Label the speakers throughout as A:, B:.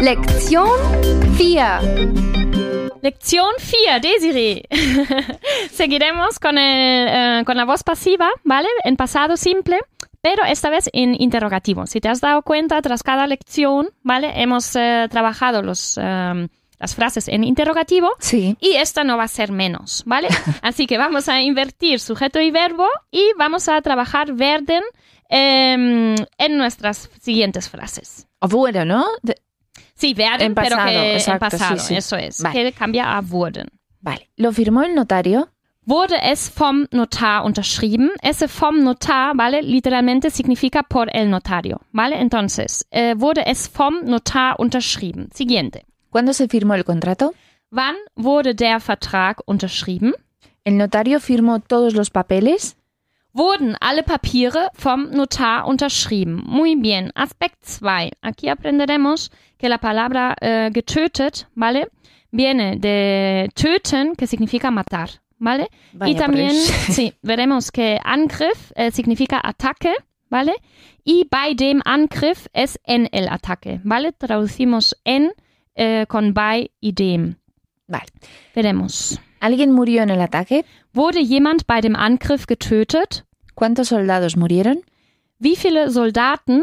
A: Lektion 4.
B: Lección 4, Desiree. Seguiremos con, el, eh, con la voz pasiva, ¿vale? En pasado simple, pero esta vez en interrogativo. Si te has dado cuenta, tras cada lección, ¿vale? Hemos eh, trabajado los, eh, las frases en interrogativo
A: Sí.
B: y esta no va a ser menos, ¿vale? Así que vamos a invertir sujeto y verbo y vamos a trabajar werden em, en nuestras siguientes frases.
C: O wurde, Ah, ¿no? De-
B: Sí, werden,
C: En pasado,
B: pero que en
C: exacto, sí,
B: pasado,
C: sí.
B: eso es,
C: Vale.
B: que cambia a wurden.
C: vale. Lo firmó el notario.
B: Wurde es vom Notar unterschrieben. Ese vom Notar, ¿vale? Literalmente significa por el notario, ¿vale? Entonces, eh, wurde es vom Notar unterschrieben. Siguiente.
C: ¿Cuándo se firmó el contrato?
B: Wann wurde der Vertrag unterschrieben?
C: ¿El notario firmó todos los papeles?
B: Wurden alle Papiere vom Notar unterschrieben. Muy bien. Aspekt 2. Aquí aprenderemos que la palabra eh, getötet, ¿vale? Viene de töten, que significa matar, ¿vale? y también sí, veremos que Angriff eh, significa ataque, ¿vale? Y bei dem Angriff es en el ataque, ¿vale? Traducimos en eh, con bei y dem.
C: Vale.
B: Veremos.
C: ¿Alguien murió en el ataque?
B: Wurde jemand bei dem Angriff getötet?
C: ¿Cuántos soldados murieron?
B: Wie viele Soldaten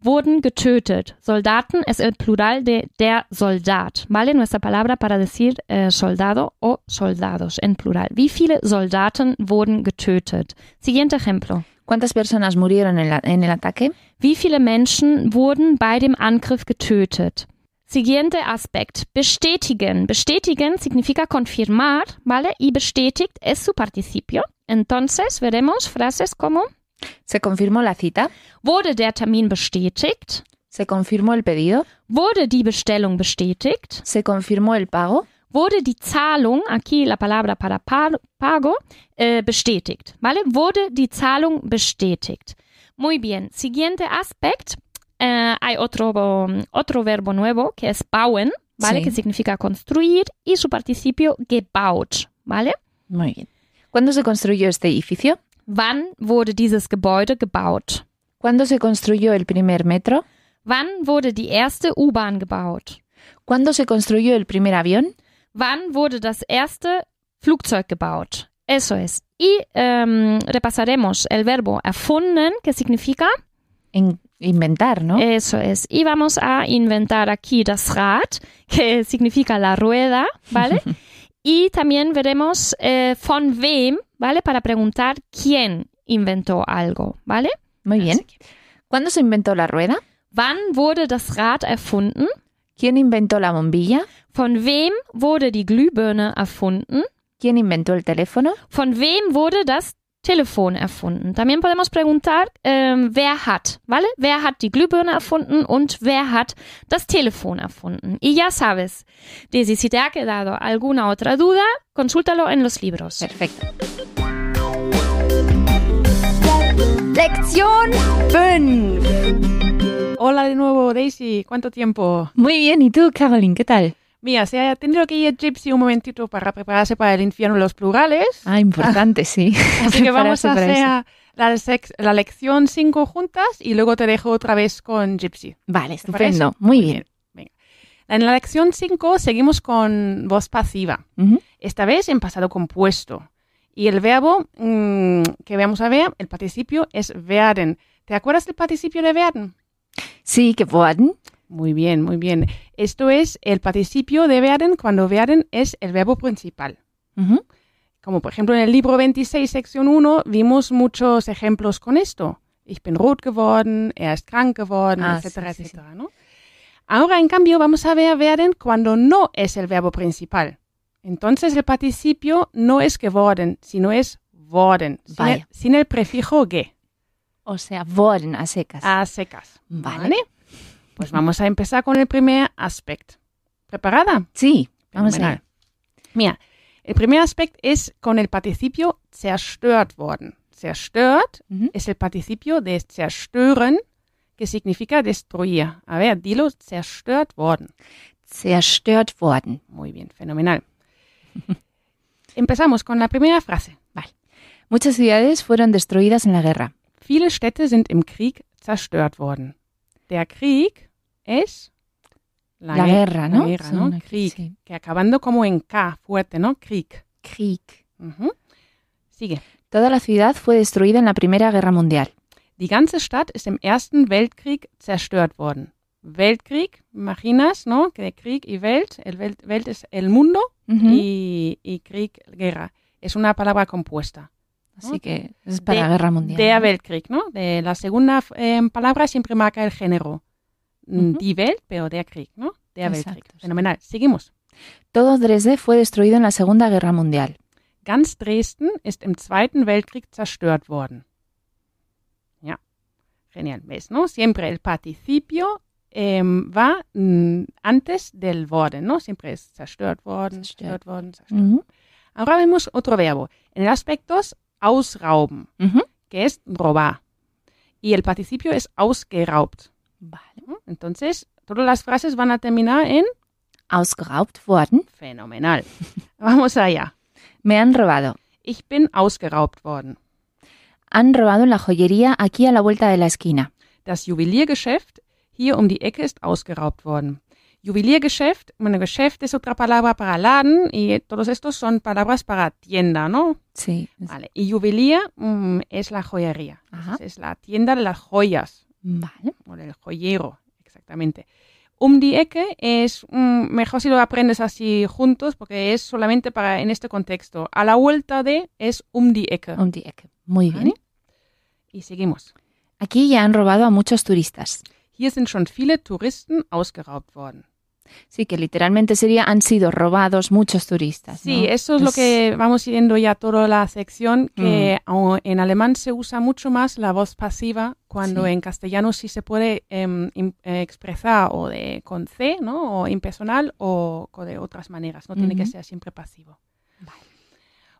B: wurden getötet? Soldaten es el plural de der Soldat, ¿vale? Nuestra palabra para decir eh, soldado o soldados en plural. Wie viele Soldaten wurden getötet? Siguiente ejemplo.
C: ¿Cuántas personas murieron en, la- en el ataque?
B: Wie viele Menschen wurden bei dem Angriff getötet? Siguiente Aspekt. Bestätigen. Bestätigen significa confirmar, ¿vale? Y bestätigt es su participio. Entonces veremos frases como
C: ¿Se confirmó la cita?
B: Wurde der Termin bestätigt?
C: ¿Se confirmó el pedido?
B: Wurde die Bestellung bestätigt?
C: ¿Se confirmó el pago?
B: Wurde die Zahlung, aquí la palabra para par- pago, eh, bestätigt? ¿Vale? Wurde die Zahlung bestätigt? Muy bien. Siguiente aspecto. Eh, hay otro, um, otro verbo nuevo que es bauen, ¿vale?
C: Sí.
B: Que significa construir y su participio gebaut, ¿vale?
C: Muy bien. ¿Cuándo se construyó este edificio?
B: Wann wurde dieses Gebäude gebaut?
C: ¿Cuándo se construyó el primer metro?
B: Wann wurde die erste U-Bahn gebaut?
C: ¿Cuándo se construyó el primer avión?
B: Wann wurde das erste Flugzeug gebaut? Eso es. Y em, repasaremos el verbo erfunden, que significa
C: En- inventar, ¿no?
B: eso es. Y vamos a inventar aquí das Rad, que significa la rueda, ¿vale? y también veremos eh, von wem, ¿vale? Para preguntar quién inventó algo, ¿vale?
C: Muy bien. ¿Cuándo se inventó la rueda?
B: Wann wurde das Rad erfunden?
C: ¿Quién inventó la bombilla?
B: Von wem wurde die Glühbirne erfunden?
C: ¿Quién inventó el teléfono?
B: ¿Von wem wurde das Telefon erfunden? También podemos preguntar, ähm, wer hat, ¿vale? Wer hat die Glühbirne erfunden und wer hat das Telefon erfunden? Y ya sabes, Desi, si te ha quedado alguna otra duda, consúltalo en los libros.
C: Perfecto.
A: Lektion 5.
D: Hola de nuevo, Daisy. ¿Cuánto tiempo?
C: Muy bien. ¿Y tú, Caroline? ¿Qué tal?
D: Mira, se ha tenido que ir Gypsy un momentito para prepararse para el infierno de los plurales.
C: Ah, importante, sí.
D: Así que vamos
C: Prepararse
D: a
C: para eso.
D: hacer la, sec- la lección 5 juntas y luego te dejo otra vez con Gypsy.
C: Vale,
D: ¿Te parece?
C: estupendo. Muy bien.
D: Venga. En la lección 5 seguimos con voz pasiva.
C: Ujú.
D: Esta vez en pasado compuesto. Y el verbo mm, que vamos a ver, el participio, es werden. ¿Te acuerdas del participio de werden?
C: Sí, que pueden.
D: Muy bien, muy bien. Esto es el participio de werden cuando werden es el verbo principal.
C: Ujú.
D: Como por ejemplo en el libro 26, sección 1, vimos muchos ejemplos con esto. Ich bin rot geworden, er ist krank geworden,
C: Ah,
D: etcétera,
C: sí, sí, sí.
D: etcétera, ¿no? Ahora, en cambio, vamos a ver werden cuando no es el verbo principal. Entonces, el participio no es geworden, sino es worden, sin el,
C: Vaya.
D: sin el prefijo ge,
C: O sea, wollen a secas.
D: a secas.
C: Ah, Vale.
D: Pues vamos a empezar con el primer aspecto. ¿Preparada?
C: Sí, vamos a
D: Fenomenal. Mira, el primer aspecto es con el participio zerstört worden. Zerstört
C: Ujú.
D: es el participio de zerstören, que significa destruir. A ver, dilo, zerstört worden.
C: Zerstört worden.
D: Muy bien, fenomenal. Empezamos con la primera frase.
C: Muchas ciudades fueron destruidas en la guerra.
D: Viele Städte sind im Krieg zerstört worden. Der Krieg es
E: La, guerra, ¿no?
D: La guerra,
E: Sí,
D: ¿no?
E: una-
D: Krieg.
E: sí.
D: Que acabando como en K, fuerte, ¿no? Krieg.
E: Krieg.
D: Mhm. Sigue.
E: Toda la ciudad fue destruida en la Primera Guerra Mundial.
D: Die ganze Stadt ist im Ersten Weltkrieg zerstört worden. Weltkrieg, imaginas, ¿no? Que de Krieg y Welt, el Welt, Welt es el mundo
E: Ujú.
D: y, y Krieg, guerra. Es una palabra compuesta.
E: Así que es para la Guerra Mundial.
D: Der Weltkrieg, ¿no? De la segunda eh, palabra siempre marca el género. Mm,
E: Ujú.
D: Die Welt, pero der Krieg, ¿no? Der
E: Exacto,
D: Weltkrieg.
E: sí.
D: Fenomenal. Seguimos.
E: Todo Dresde fue destruido en la Segunda Guerra Mundial.
D: Ganz Dresden ist im Zweiten Weltkrieg zerstört worden. Ja, genial. ¿Ves, no? Siempre el participio eh, va mm, antes del worden, ¿no? Siempre es zerstört worden,
E: Zerstört.
D: zerstört worden, zerstört.
E: Ujú.
D: Ahora vemos otro verbo. En el aspecto es ausrauben,
E: Ujú.
D: que es robar. Y el participio es ausgeraubt.
E: Vale.
D: ¿no? Entonces, todas las frases van a terminar en
E: Ausgeraubt worden.
D: fenomenal. Vamos allá.
E: Me han robado.
D: Ich bin ausgeraubt worden.
E: Han robado en la joyería aquí a la vuelta de la esquina.
D: Das Juweliergeschäft hier um die Ecke ist ausgeraubt worden. Juweliergeschäft, bueno, Geschäft es otra palabra para Laden y todos estos son palabras para tienda, ¿no?
E: Sí. es-
D: Vale. Y juwelier mm, es la joyería.
E: Ajá.
D: Entonces, Es la tienda de las joyas
E: Vale.
D: o del joyero, exactamente. Um die Ecke es mm, mejor si lo aprendes así juntos porque es solamente para en este contexto. A la vuelta de es um die Ecke.
E: Um die Ecke. Muy bien.
D: Vale. Y seguimos.
E: Aquí ya han robado a muchos turistas.
D: Hier sind schon viele Touristen ausgeraubt worden.
E: Sí, que literalmente sería han sido robados muchos turistas.
D: Sí,
E: ¿no?
D: eso es, lo que vamos yendo ya toda la sección, que au- en alemán se usa mucho más la voz pasiva, cuando
E: Sí.
D: en castellano sí se puede em, im- eh, expresar o de, con C, ¿no? O impersonal o, co- de otras maneras, no tiene que
E: Ujú.
D: ser siempre pasivo.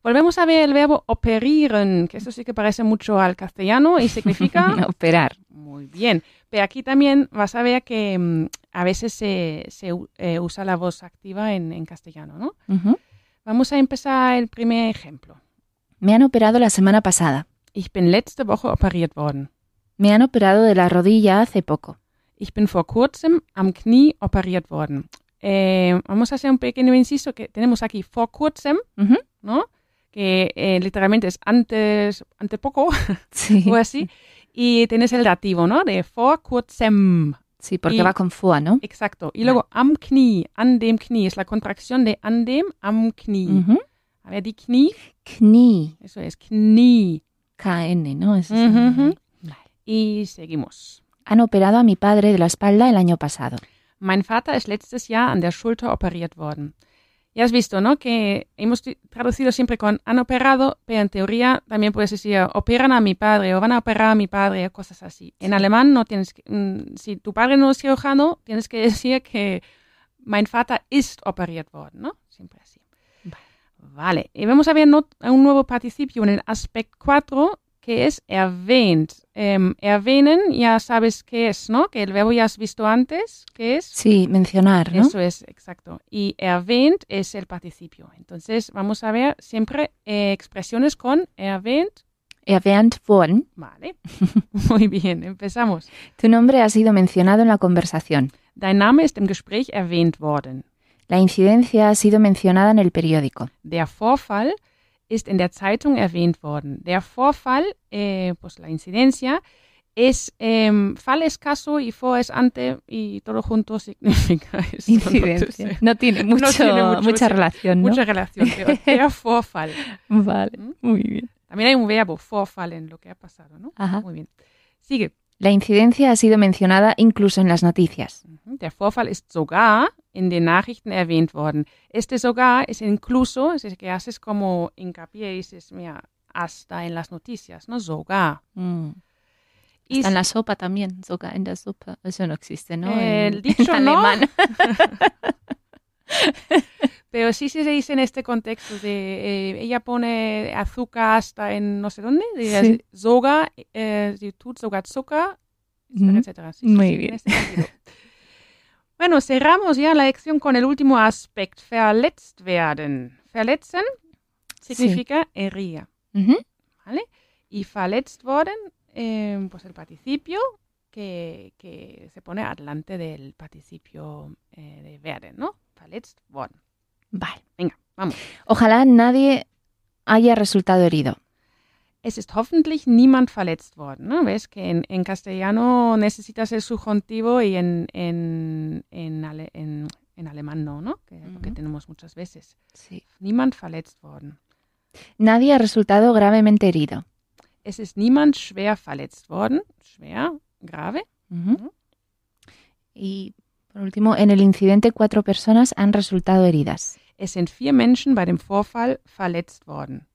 D: Volvemos a ver el verbo operieren, que eso sí que parece mucho al castellano y significa
E: operar.
D: Muy bien. Pero aquí también vas a ver que mm, a veces se, se u- eh, usa la voz activa en, en castellano, ¿no?
E: Ujú.
D: Vamos a empezar el primer ejemplo.
E: Me han operado la semana pasada.
D: Ich bin letzte Woche operiert worden.
E: Me han operado de la rodilla hace poco.
D: Ich bin vor kurzem am Knie operiert worden. Eh, vamos a hacer un pequeño inciso que tenemos aquí vor kurzem,
E: Ujú.
D: ¿no? Que eh, literalmente es antes, ante poco
E: Sí.
D: o así. Y tienes el dativo, ¿no? De vor kurzem.
E: Sí, porque
D: Y-
E: va con fua, ¿no?
D: Exacto. Y luego am Knie, an dem Knie, es la contracción de an dem, am Knie.
E: Ujú.
D: A ver, die Knie,
E: Knie,
D: eso es Knie.
E: KN, ¿no? Ese es el-
D: Ujú, ujú.
E: Vale.
D: Y seguimos.
E: Han operado a mi padre de la espalda el año pasado.
D: Mein Vater ist letztes Jahr an der Schulter operiert worden. Ya has visto, ¿no? Que hemos t- traducido siempre con han operado, pero en teoría también puedes decir operan a mi padre o van a operar a mi padre o cosas así. En alemán no tienes que, mm, si tu padre no es cirujano, tienes que decir que mein Vater ist operiert worden, ¿no? Siempre así. Vale. Y vamos a ver not- un nuevo participio en el aspect 4 que es erwähnt. Em, erwähnen, ya sabes qué es, ¿no? Que el verbo ya has visto antes, que es...
E: Sí, mencionar, ¿no?
D: Eso es, exacto. Y erwähnt es el participio. Entonces, vamos a ver siempre eh, expresiones con erwähnt.
E: Erwähnt worden.
D: Vale. Muy bien, empezamos.
E: Tu nombre ha sido mencionado en la conversación.
D: Dein Name ist im Gespräch erwähnt worden.
E: La incidencia ha sido mencionada en el periódico.
D: Der Vorfall ist in der Zeitung erwähnt worden. Der Vorfall, eh, pues la incidencia, es em, fall es caso y for es ante y todo junto significa eso. ¿no?
E: Incidencia. No tiene, mucho,
D: tiene mucho,
E: mucha
D: sí.
E: relación, ¿no?
D: Mucha relación, pero der Vorfall.
E: Vale,
D: ¿Mm?
E: muy bien.
D: También hay un verbo, vorfallen, lo que ha pasado, ¿no?
E: Ajá.
D: Muy bien. Sigue.
E: La incidencia ha sido mencionada incluso en las noticias.
D: Mhm. Der Vorfall ist sogar in den Nachrichten erwähnt worden. Este sogar es incluso, es que haces como hincapié, dices, mira, hasta en las noticias, ¿no? Sogar. Y
E: Mm. Está en la sopa también, sogar en la sopa. Eso no existe, ¿no?
D: Eh,
E: En-
D: el dicho
E: en
D: no.
E: alemán.
D: Pero sí se dice en este contexto de eh, ella pone azúcar hasta en no sé dónde, de,
E: Sí.
D: sogar, eh, sie tut sogar Zucker, etcétera,
E: Mhm.
D: etcétera. Sí,
E: Muy
D: en
E: bien.
D: este sentido. bueno, cerramos ya la lección con el último aspecto, verletzt werden. Verletzen significa herir,
E: Ujú.
D: ¿vale? Y verletzt worden, eh, pues el participio que, que se pone adelante del participio eh, de werden, ¿no? Verletzt worden.
E: Vale.
D: Venga, vamos.
E: Ojalá nadie haya resultado herido.
D: Es ist hoffentlich niemand verletzt worden. ¿no? Ves que en, en castellano necesitas el subjuntivo y en, en, en, ale- en- en alemán no, ¿no? Que, es lo que
E: Ujú.
D: tenemos muchas veces.
E: Sí.
D: Niemand verletzt worden.
E: Nadie ha resultado gravemente herido.
D: Es ist niemand schwer verletzt worden. Schwer, grave.
E: Ujú. Y por último, en el incidente cuatro personas han resultado heridas.
D: Es sind vier Menschen bei dem Vorfall verletzt worden.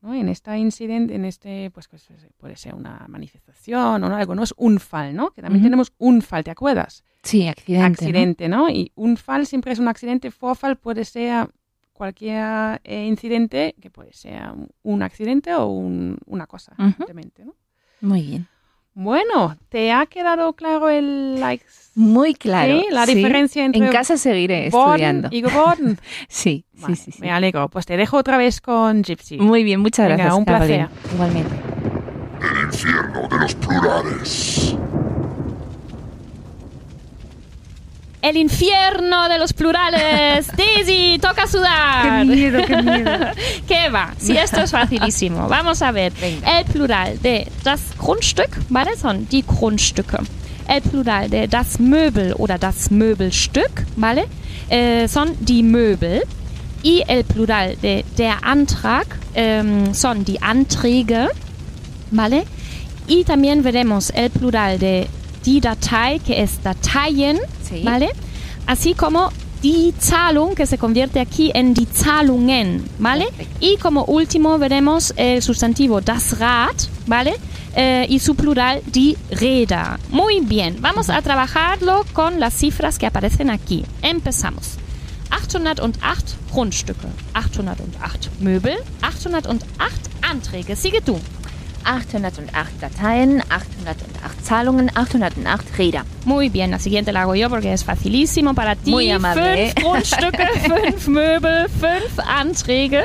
D: ¿No? En este incidente, en este, pues, pues, puede ser una manifestación o no, algo, ¿no? Es Unfall, ¿no? Que también
E: Ujú.
D: tenemos Unfall, ¿te acuerdas?
E: Sí, accidente. ¿no?
D: accidente, ¿no? Y un fall siempre es un accidente, forfall puede ser cualquier eh, incidente, que puede ser un- un accidente o un- una cosa,
E: Ujú.
D: simplemente, ¿no?
E: Muy bien.
D: Bueno, ¿te ha quedado claro el like?
E: Muy claro.
D: ¿sí? la
E: sí.
D: diferencia entre
E: En casa seguiré
D: worden
E: estudiando.
D: y geworden.
E: Sí,
D: Vale,
E: sí, sí, sí.
D: Me alegro. Pues te dejo otra vez con Gypsy.
E: Muy bien, muchas
D: Venga,
E: gracias.
D: un
E: Carolina. Igualmente.
F: El infierno de los plurales.
B: El infierno de los plurales. Daisy, toca
E: qué
B: sudar.
E: miedo.
B: ¿Qué va? Si esto es facilísimo. Vamos a ver. El plural de das Grundstück, ¿vale? Son die Grundstücke. El plural de das Möbel oder das Möbelstück, ¿vale? Eh, son die Möbel. Y el plural de der Antrag em, son die Anträge, ¿vale? Y también veremos el plural de die Datei, que es Dateien,
E: Sí.
B: ¿vale? Así como die Zahlung, que se convierte aquí en die Zahlungen, ¿vale? Y como último veremos el sustantivo das Rad, ¿vale? Eh, y su plural die Räder. Muy bien, vamos a trabajarlo con las cifras que aparecen aquí. Empezamos. 808 Grundstücke, 808 Möbel, 808 Anträge. Sigue tú.
E: 808 Dateien, 808 Zahlungen, 808 Räder.
B: Muy bien, la siguiente la hago yo porque es facilísimo para ti.
E: Muy amable, ¿eh?
B: Fünf Grundstücke, fünf Möbel, fünf Anträge,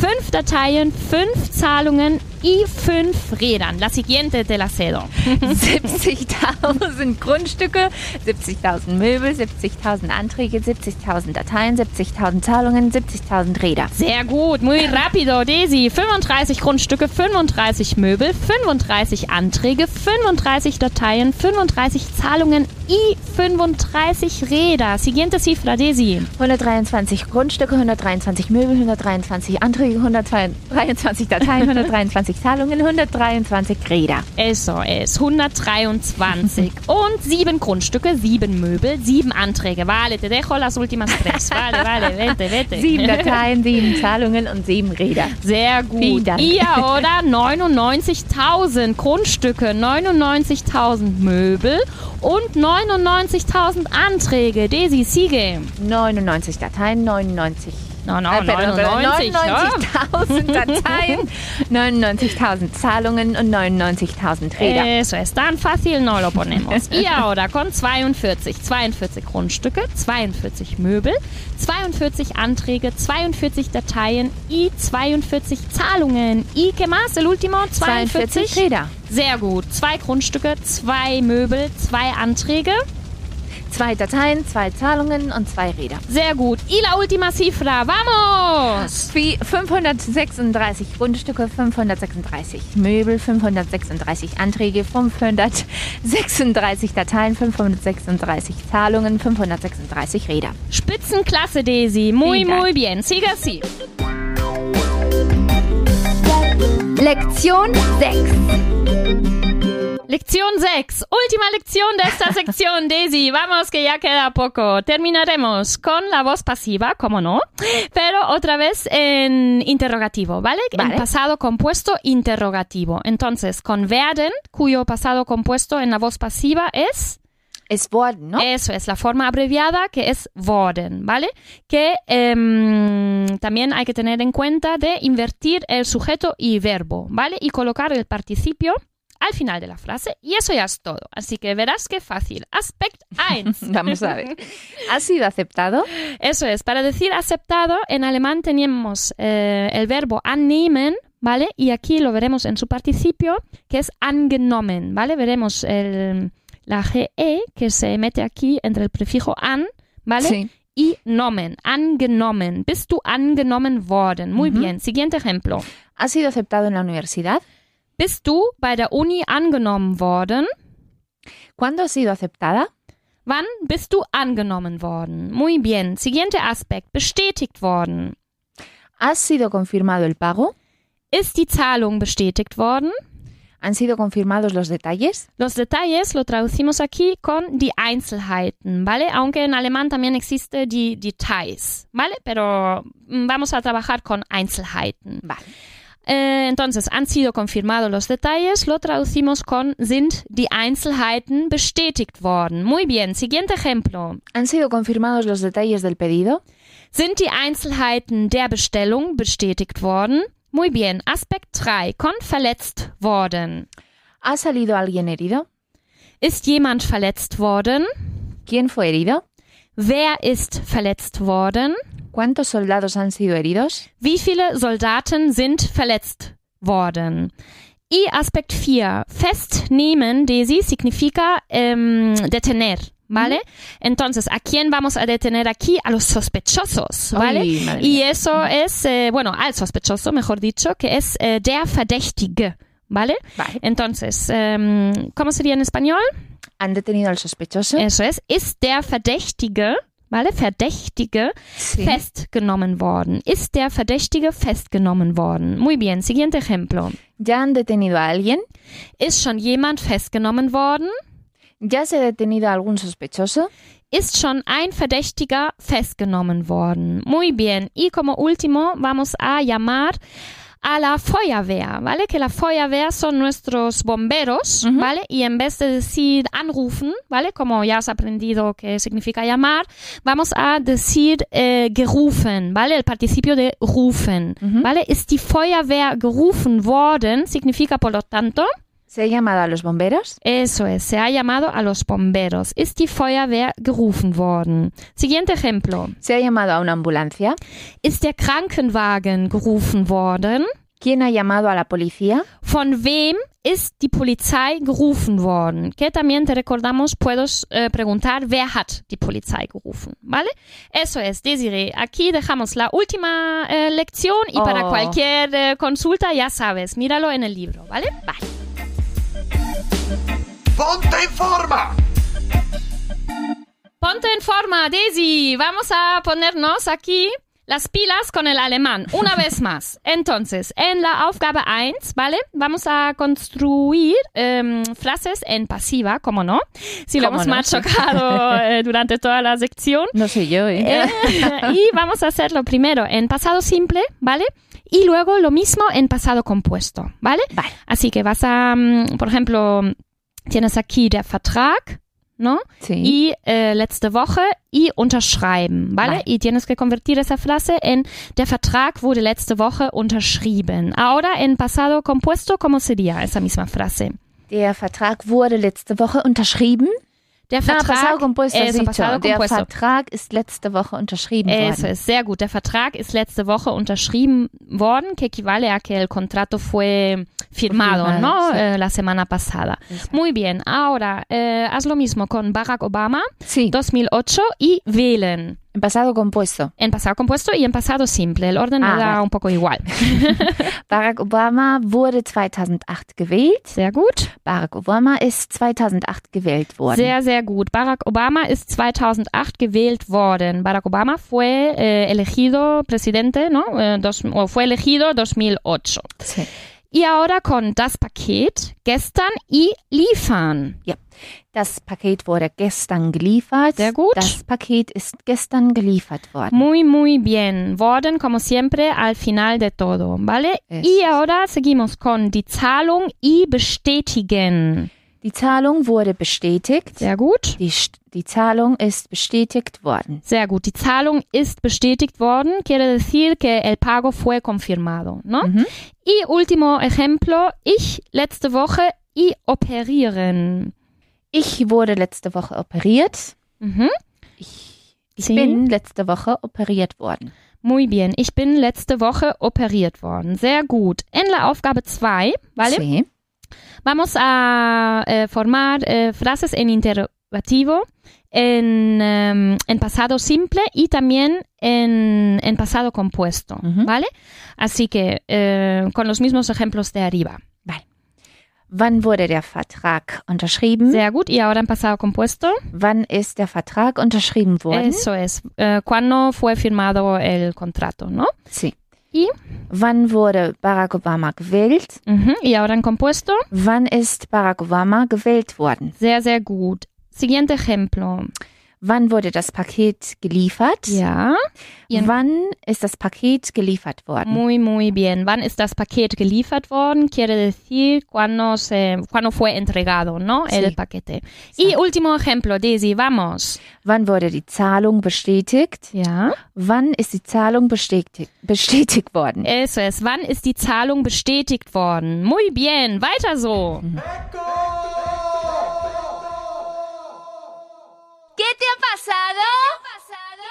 B: fünf Dateien, fünf Zahlungen y fünf Rädern. La siguiente te la cedo.
E: 70.000 Grundstücke, 70.000 Möbel, 70.000 Anträge, 70.000 Dateien, 70.000 Zahlungen, 70.000 Räder.
B: Sehr gut, muy rápido, Daisy. 35 Grundstücke, 35 Möbel, 35 Anträge, 35 Dateien, 35 Zahlungen y 35 Räder. Siguiente cifra, Daisy.
E: 123 Grundstücke, 123 Möbel, 123 Anträge, 123 Dateien, 123 Zahlungen, 123 Räder.
B: Eso es, 123. Und sieben Grundstücke, sieben Möbel, sieben Anträge. Vale, te dejo las últimas tres. Vale, vale, vete, vete.
E: Sieben Dateien, sieben Zahlungen und sieben Räder.
B: Sehr gut.
E: Vielen Dank.
B: Ihr oder 99.000 Grundstücke, 99.000 Möbel und 99.000 Anträge. Desi Siege.
E: 99 Dateien, 99.
B: No, no,
E: Äh, pardon,
B: 99. ja.
E: 99.000 Dateien, 99.000 Zahlungen und 99.000 Räder.
B: Eso es tan fácil, no lo ponemos. Y ahora con 42, 42 Grundstücke, 42 Möbel, 42 Anträge, 42 Dateien y 42 Zahlungen. ¿Y qué más? El último, 42.
E: 42 Räder.
B: Sehr gut. Zwei Grundstücke, zwei Möbel, zwei Anträge.
E: Zwei Dateien, zwei Zahlungen und zwei Räder.
B: Sehr gut. Y la última cifra. ¡Vamos!
E: Wie 536 Grundstücke, 536 Möbel, 536 Anträge, 536 Dateien, 536 Zahlungen, 536 Räder.
B: Spitzenklasse, Daisy. Muy,
E: Vielen Dank.
B: muy bien. Sigue así.
G: Lektion 6.
B: Lección 6, última lección de esta sección, Daisy. Vamos, que ya queda poco. Terminaremos con la voz pasiva, como no, pero otra vez en interrogativo, ¿vale?
E: Vale.
B: En pasado compuesto interrogativo. Entonces, con werden, cuyo pasado compuesto en la voz pasiva es...
E: Es wurden, ¿no?
B: Eso es, la forma abreviada que es worden, ¿vale? Que em, también hay que tener en cuenta de invertir el sujeto y verbo, ¿vale? Y colocar el participio al final de la frase y eso ya es todo. Así que verás qué fácil. Aspect 1.
E: Vamos a ver. ¿Ha sido aceptado?
B: Eso es, para decir aceptado en alemán tenemos eh, el verbo annehmen, ¿vale? Y aquí lo veremos en su participio, que es angenommen, ¿vale? Veremos el, la GE que se mete aquí entre el prefijo an, ¿vale?
E: Sí.
B: Y nomen, angenommen. Bist du angenommen worden? Muy bien. Siguiente ejemplo.
E: ¿Has sido aceptado en la universidad?
B: Bist du bei der Uni angenommen worden?
E: ¿Cuándo has sido aceptada?
B: Wann bist du angenommen worden? Muy bien. Siguiente Aspekt. Bestätigt worden.
E: ¿Has sido confirmado el pago?
B: Ist die Zahlung bestätigt worden?
E: ¿Han sido confirmados los detalles?
B: Los detalles lo traducimos aquí con die Einzelheiten, ¿vale? Aunque en alemán también existe die Details, ¿vale? Pero mm, vamos a trabajar con Einzelheiten.
E: Vale.
B: Eh, entonces, han sido confirmados los detalles, lo traducimos con sind die Einzelheiten bestätigt worden. Muy bien, siguiente ejemplo.
E: ¿Han sido confirmados los detalles del pedido?
B: Sind die Einzelheiten der Bestellung bestätigt worden? Muy bien, Aspekt 3, con verletzt worden.
E: ¿Ha salido alguien herido?
B: Ist jemand verletzt worden?
E: ¿Quién fue herido?
B: Wer ist verletzt worden?
E: ¿Cuántos soldados han sido heridos?
B: Wie viele Soldaten sind verletzt worden? Y Aspekt 4. Festnehmen, Desi, significa em, detener.
E: Mhm.
B: ¿Vale? Entonces, ¿a quién vamos a detener aquí? A los sospechosos, ¿vale?
E: Ay, madre
B: y eso es, eh, bueno, al sospechoso, mejor dicho, que es eh, der Verdächtige, ¿vale?
E: Vale.
B: Entonces, em, ¿cómo sería en español?
E: ¿Han detenido al sospechoso?
B: Eso es, ist der Verdächtige, ¿vale? Verdächtige
E: Sí.
B: festgenommen worden. Ist der Verdächtige festgenommen worden? Muy bien, siguiente ejemplo.
E: ¿Ya han detenido a alguien?
B: Ist schon jemand festgenommen worden?
E: ¿Ya se ha detenido a algún sospechoso?
B: Ist schon ein Verdächtiger festgenommen worden? Muy bien. Y como último, vamos a llamar a la Feuerwehr, ¿vale? Que la Feuerwehr son nuestros bomberos, ¿vale? Y en vez de decir anrufen, ¿vale? Como ya has aprendido que significa llamar, vamos a decir eh, gerufen, ¿vale? El participio de rufen, ¿vale? Ist die Feuerwehr gerufen worden, significa por lo tanto,
E: ¿Se ha llamado a los bomberos?
B: eso es, se ha llamado a los bomberos. Ist die Feuerwehr gerufen worden? Siguiente ejemplo.
E: ¿Se ha llamado a una ambulancia?
B: Ist der Krankenwagen gerufen worden?
E: ¿Quién ha llamado a la policía?
B: Von wem ist die Polizei gerufen worden? Que también te recordamos, puedes eh, preguntar, wer hat die Polizei gerufen? ¿Vale? Eso es, Desiree. Aquí dejamos la última eh, lección y para
E: Oh.
B: cualquier eh, consulta, ya sabes, míralo en el libro, ¿vale? Vale.
H: ¡Ponte en forma!
B: Ponte en forma, Daisy. Vamos a ponernos aquí las pilas con el alemán. Una vez más. Entonces, en la Aufgabe 1, ¿vale? Vamos a construir em, frases en pasiva, como no. Si lo
E: Cómo
B: hemos
E: no,
B: machacado eh, durante toda la sección.
E: No sé yo, ¿eh?
B: Eh, y vamos a hacerlo primero en pasado simple, ¿vale? Y luego lo mismo en pasado compuesto, ¿vale?
E: Vale.
B: Así que vas a, mm, por ejemplo, tienes aquí der Vertrag, ¿no?
E: Sí.
B: y eh, letzte Woche y unterschreiben, ¿vale?
E: Vale.
B: Y tienes que convertir esa frase en der Vertrag wurde letzte Woche unterschrieben. Ahora en pasado compuesto, ¿cómo sería esa misma frase?
E: Der Vertrag wurde letzte Woche unterschrieben.
B: Der
E: Na, Ah, pasado compuesto, has
B: eso,
E: dicho.
B: pasado
E: Der
B: compuesto.
E: Vertrag ist letzte Woche unterschrieben
B: Eso
E: worden.
B: es, sehr gut. Der Vertrag ist letzte Woche unterschrieben worden, que equivale a que el contrato fue firmado,
E: Firmado,
B: ¿no?
E: sí.
B: Eh, la semana pasada. Muy bien, ahora eh, haz lo mismo con Barack Obama,
E: Sí,
B: 2008 y wählen.
E: en pasado compuesto.
B: En pasado compuesto y en pasado e simple. El orden
E: Ah,
B: me da
E: vale.
B: un poco igual.
E: Barack Obama wurde 2008 gewählt.
B: Sehr gut.
E: Barack Obama ist 2008 gewählt worden.
B: Sehr, sehr gut. Barack Obama ist 2008 gewählt worden. Barack Obama fue eh, elegido presidente, ¿no? Eh, dos, o fue elegido 2008.
E: Sí.
B: Y ahora con das Paket, gestern y liefern.
E: Ja. Das Paket wurde gestern geliefert.
B: Sehr gut.
E: Das Paket ist gestern geliefert worden.
B: Muy, muy bien. Worden, como siempre, al final de todo, ¿vale?
E: Es-
B: Y ahora seguimos con die Zahlung y bestätigen.
E: Die Zahlung wurde bestätigt.
B: Sehr gut.
E: Die, St- die Zahlung ist bestätigt worden.
B: Sehr gut. Die Zahlung ist bestätigt worden. Quiere decir que el pago fue confirmado, ¿no? Y último ejemplo. Ich letzte Woche y operieren.
E: Ich wurde letzte Woche operiert.
B: Mhm.
E: Ich
B: Sí.
E: bin letzte Woche operiert worden.
B: Muy bien. Ich bin letzte Woche operiert worden. Sehr gut. En la Aufgabe 2, ¿vale?
E: Sí.
B: Vamos a eh, formar eh, frases en interrogativo, en, em, en pasado simple y también en, en pasado compuesto,
E: Ujú.
B: ¿vale? Así que eh, con los mismos ejemplos de arriba.
E: Wann wurde der Vertrag unterschrieben?
B: Sehr gut. Y ahora en pasado compuesto.
E: Wann ist der Vertrag unterschrieben worden?
B: Eso es. Eh, ¿Cuándo fue firmado el contrato, no?
E: Sí.
B: I.
E: Wann wurde Barack Obama gewählt?
B: Ujú. Y ahora en compuesto.
E: Wann ist Barack Obama gewählt worden?
B: Sehr, sehr gut. Siguiente ejemplo.
E: Wann wurde das Paket geliefert?
B: Ja. Ihren-
E: Wann ist das Paket geliefert worden?
B: Muy, muy bien. Wann ist das Paket geliefert worden? Quiere decir, cuándo, se, cuándo fue entregado, ¿no? El
E: Sí.
B: paquete. Y último ejemplo, Daisy, vamos.
E: Wann wurde die Zahlung bestätigt?
B: Ja.
E: Wann ist die Zahlung bestätigt, bestätigt worden?
B: Eso es. Wann ist die Zahlung bestätigt worden? Muy bien. Weiter so.
C: ¿Qué te ha pasado?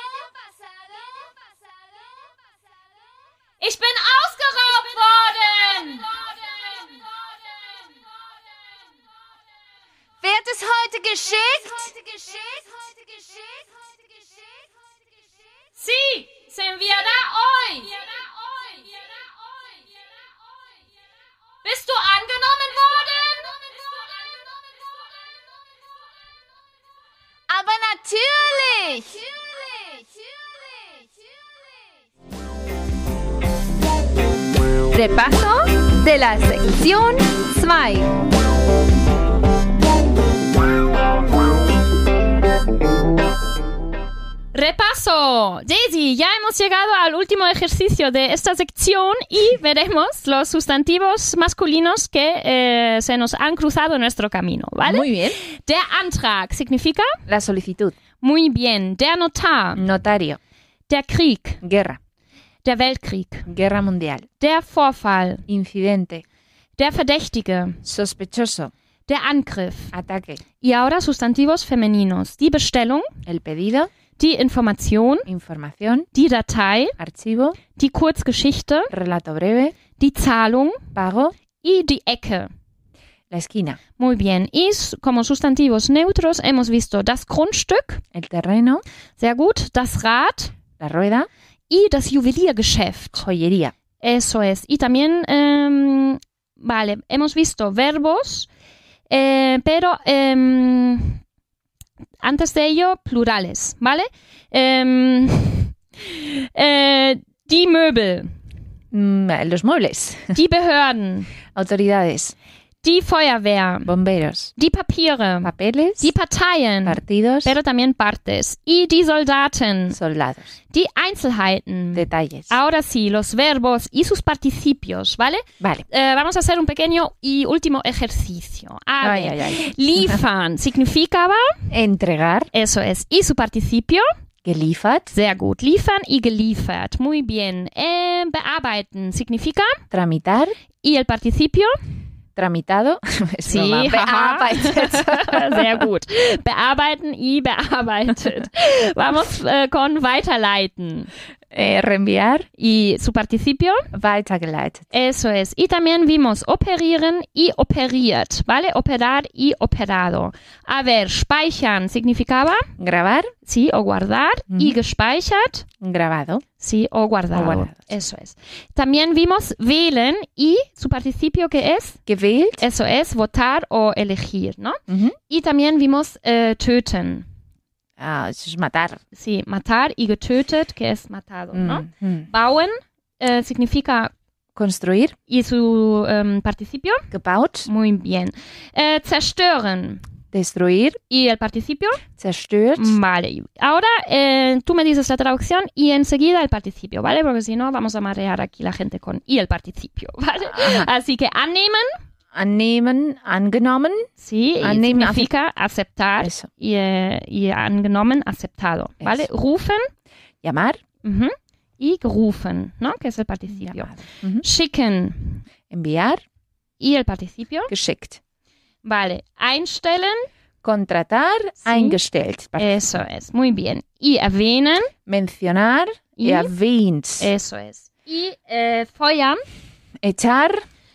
B: Ich bin ausgeraubt worden!
C: Wer hat es heute geschickt?
B: Sí, se enviará hoy. Bist du angenommen worden?
C: Aber natürlich! Repaso de la sección 2.
B: Repaso. Daisy, ya hemos llegado al último ejercicio de esta sección y veremos los sustantivos masculinos que eh, se nos han cruzado en nuestro camino, ¿vale?
E: Muy bien.
B: Der Antrag significa
E: La solicitud.
B: muy bien. Der
E: Mm.
B: Notar,
E: Notario.
B: der Krieg,
E: Guerra.
B: der Weltkrieg,
E: Guerra mundial.
B: der Vorfall,
E: Incidente.
B: der Verdächtige,
E: Sospechoso.
B: der Angriff.
E: Ataque.
B: Y ahora sustantivos femeninos. Die Bestellung,
E: El pedido.
B: die Information,
E: Información.
B: die Datei,
E: Archivo.
B: die Kurzgeschichte,
E: Relato breve.
B: die Zahlung
E: Pago.
B: y die Ecke.
E: La esquina.
B: Muy bien. Y s- como sustantivos neutros hemos visto das Grundstück,
E: El terreno.
B: sehr gut, das Rad
E: La rueda.
B: y das Juweliergeschäft.
E: Joyería.
B: Eso es. Y también, em, vale, hemos visto verbos, eh, pero em, antes de ello plurales, ¿vale? Em, eh, die Möbel,
E: Mm, Los muebles.
B: die Behörden,
E: Autoridades.
B: die Feuerwehr,
E: Bomberos.
B: die Papiere,
E: Papeles.
B: die Parteien.
E: Partidos.
B: Pero también partes. Y die Soldaten.
E: Soldados.
B: Die Einzelheiten.
E: Detalles.
B: Ahora sí, los verbos y sus participios, ¿vale?
E: Vale.
B: Eh, vamos a hacer un pequeño y último ejercicio. A
E: Ay,
B: ver,
E: ay, ay.
B: Liefern significaba,
E: Entregar.
B: eso es, y su participio,
E: Geliefert.
B: sehr gut, liefern y geliefert, muy bien. Eh, bearbeiten significa,
E: Tramitar.
B: y el participio,
E: Tramitado. Es
B: Sí,
E: broma. ah,
B: haha.
E: Bearbeitet.
B: Sehr gut. Bearbeiten y bearbeitet. Vamos eh, con weiterleiten.
E: Eh, reenviar.
B: Y su participio,
E: Weitergeleitet.
B: Eso es. Y también vimos operieren y operiert, ¿vale? Operar y operado. A ver, speichern significaba,
E: Grabar.
B: sí, o guardar, y gespeichert,
E: Grabado.
B: sí, o guardado.
E: O guardado, sí.
B: Eso es. También vimos wählen y su participio que es,
E: Gewählt.
B: eso es, votar o elegir, ¿no?
E: Ujú.
B: Y también vimos eh, töten,
E: Ah, eso es matar.
B: sí, matar y getötet, que es matado, ¿no?
E: Mm.
B: Bauen eh, significa,
E: Construir.
B: y su em, participio,
E: Gebaut.
B: Muy bien. Eh, zerstören.
E: Destruir.
B: ¿Y el participio?
E: Zerstört.
B: Vale. Ahora eh, tú me dices la traducción y enseguida el participio, ¿vale? Porque si no, vamos a marear aquí la gente con y el participio, ¿vale? Así que annehmen,
E: Annehmen. Angenommen.
B: sí, y
E: Annehmen,
B: significa aceptar
E: Eso.
B: y, eh, y angenommen, aceptado, ¿vale?
E: Eso.
B: Rufen
E: Llamar.
B: ujú, y gerufen, ¿no? Que es el participio.
E: Llamado. Ujú.
B: Schicken
E: Enviar.
B: y el participio,
E: Geschickt.
B: vale. Einstellen,
E: Contratar.
B: Sí. Eh,
E: Eingestellt.
B: eso es, muy bien. Y erwähnen,
E: Mencionar.
B: Y eh,
C: Erwähnt.
B: eso es. Y eh, follan,
C: Echar,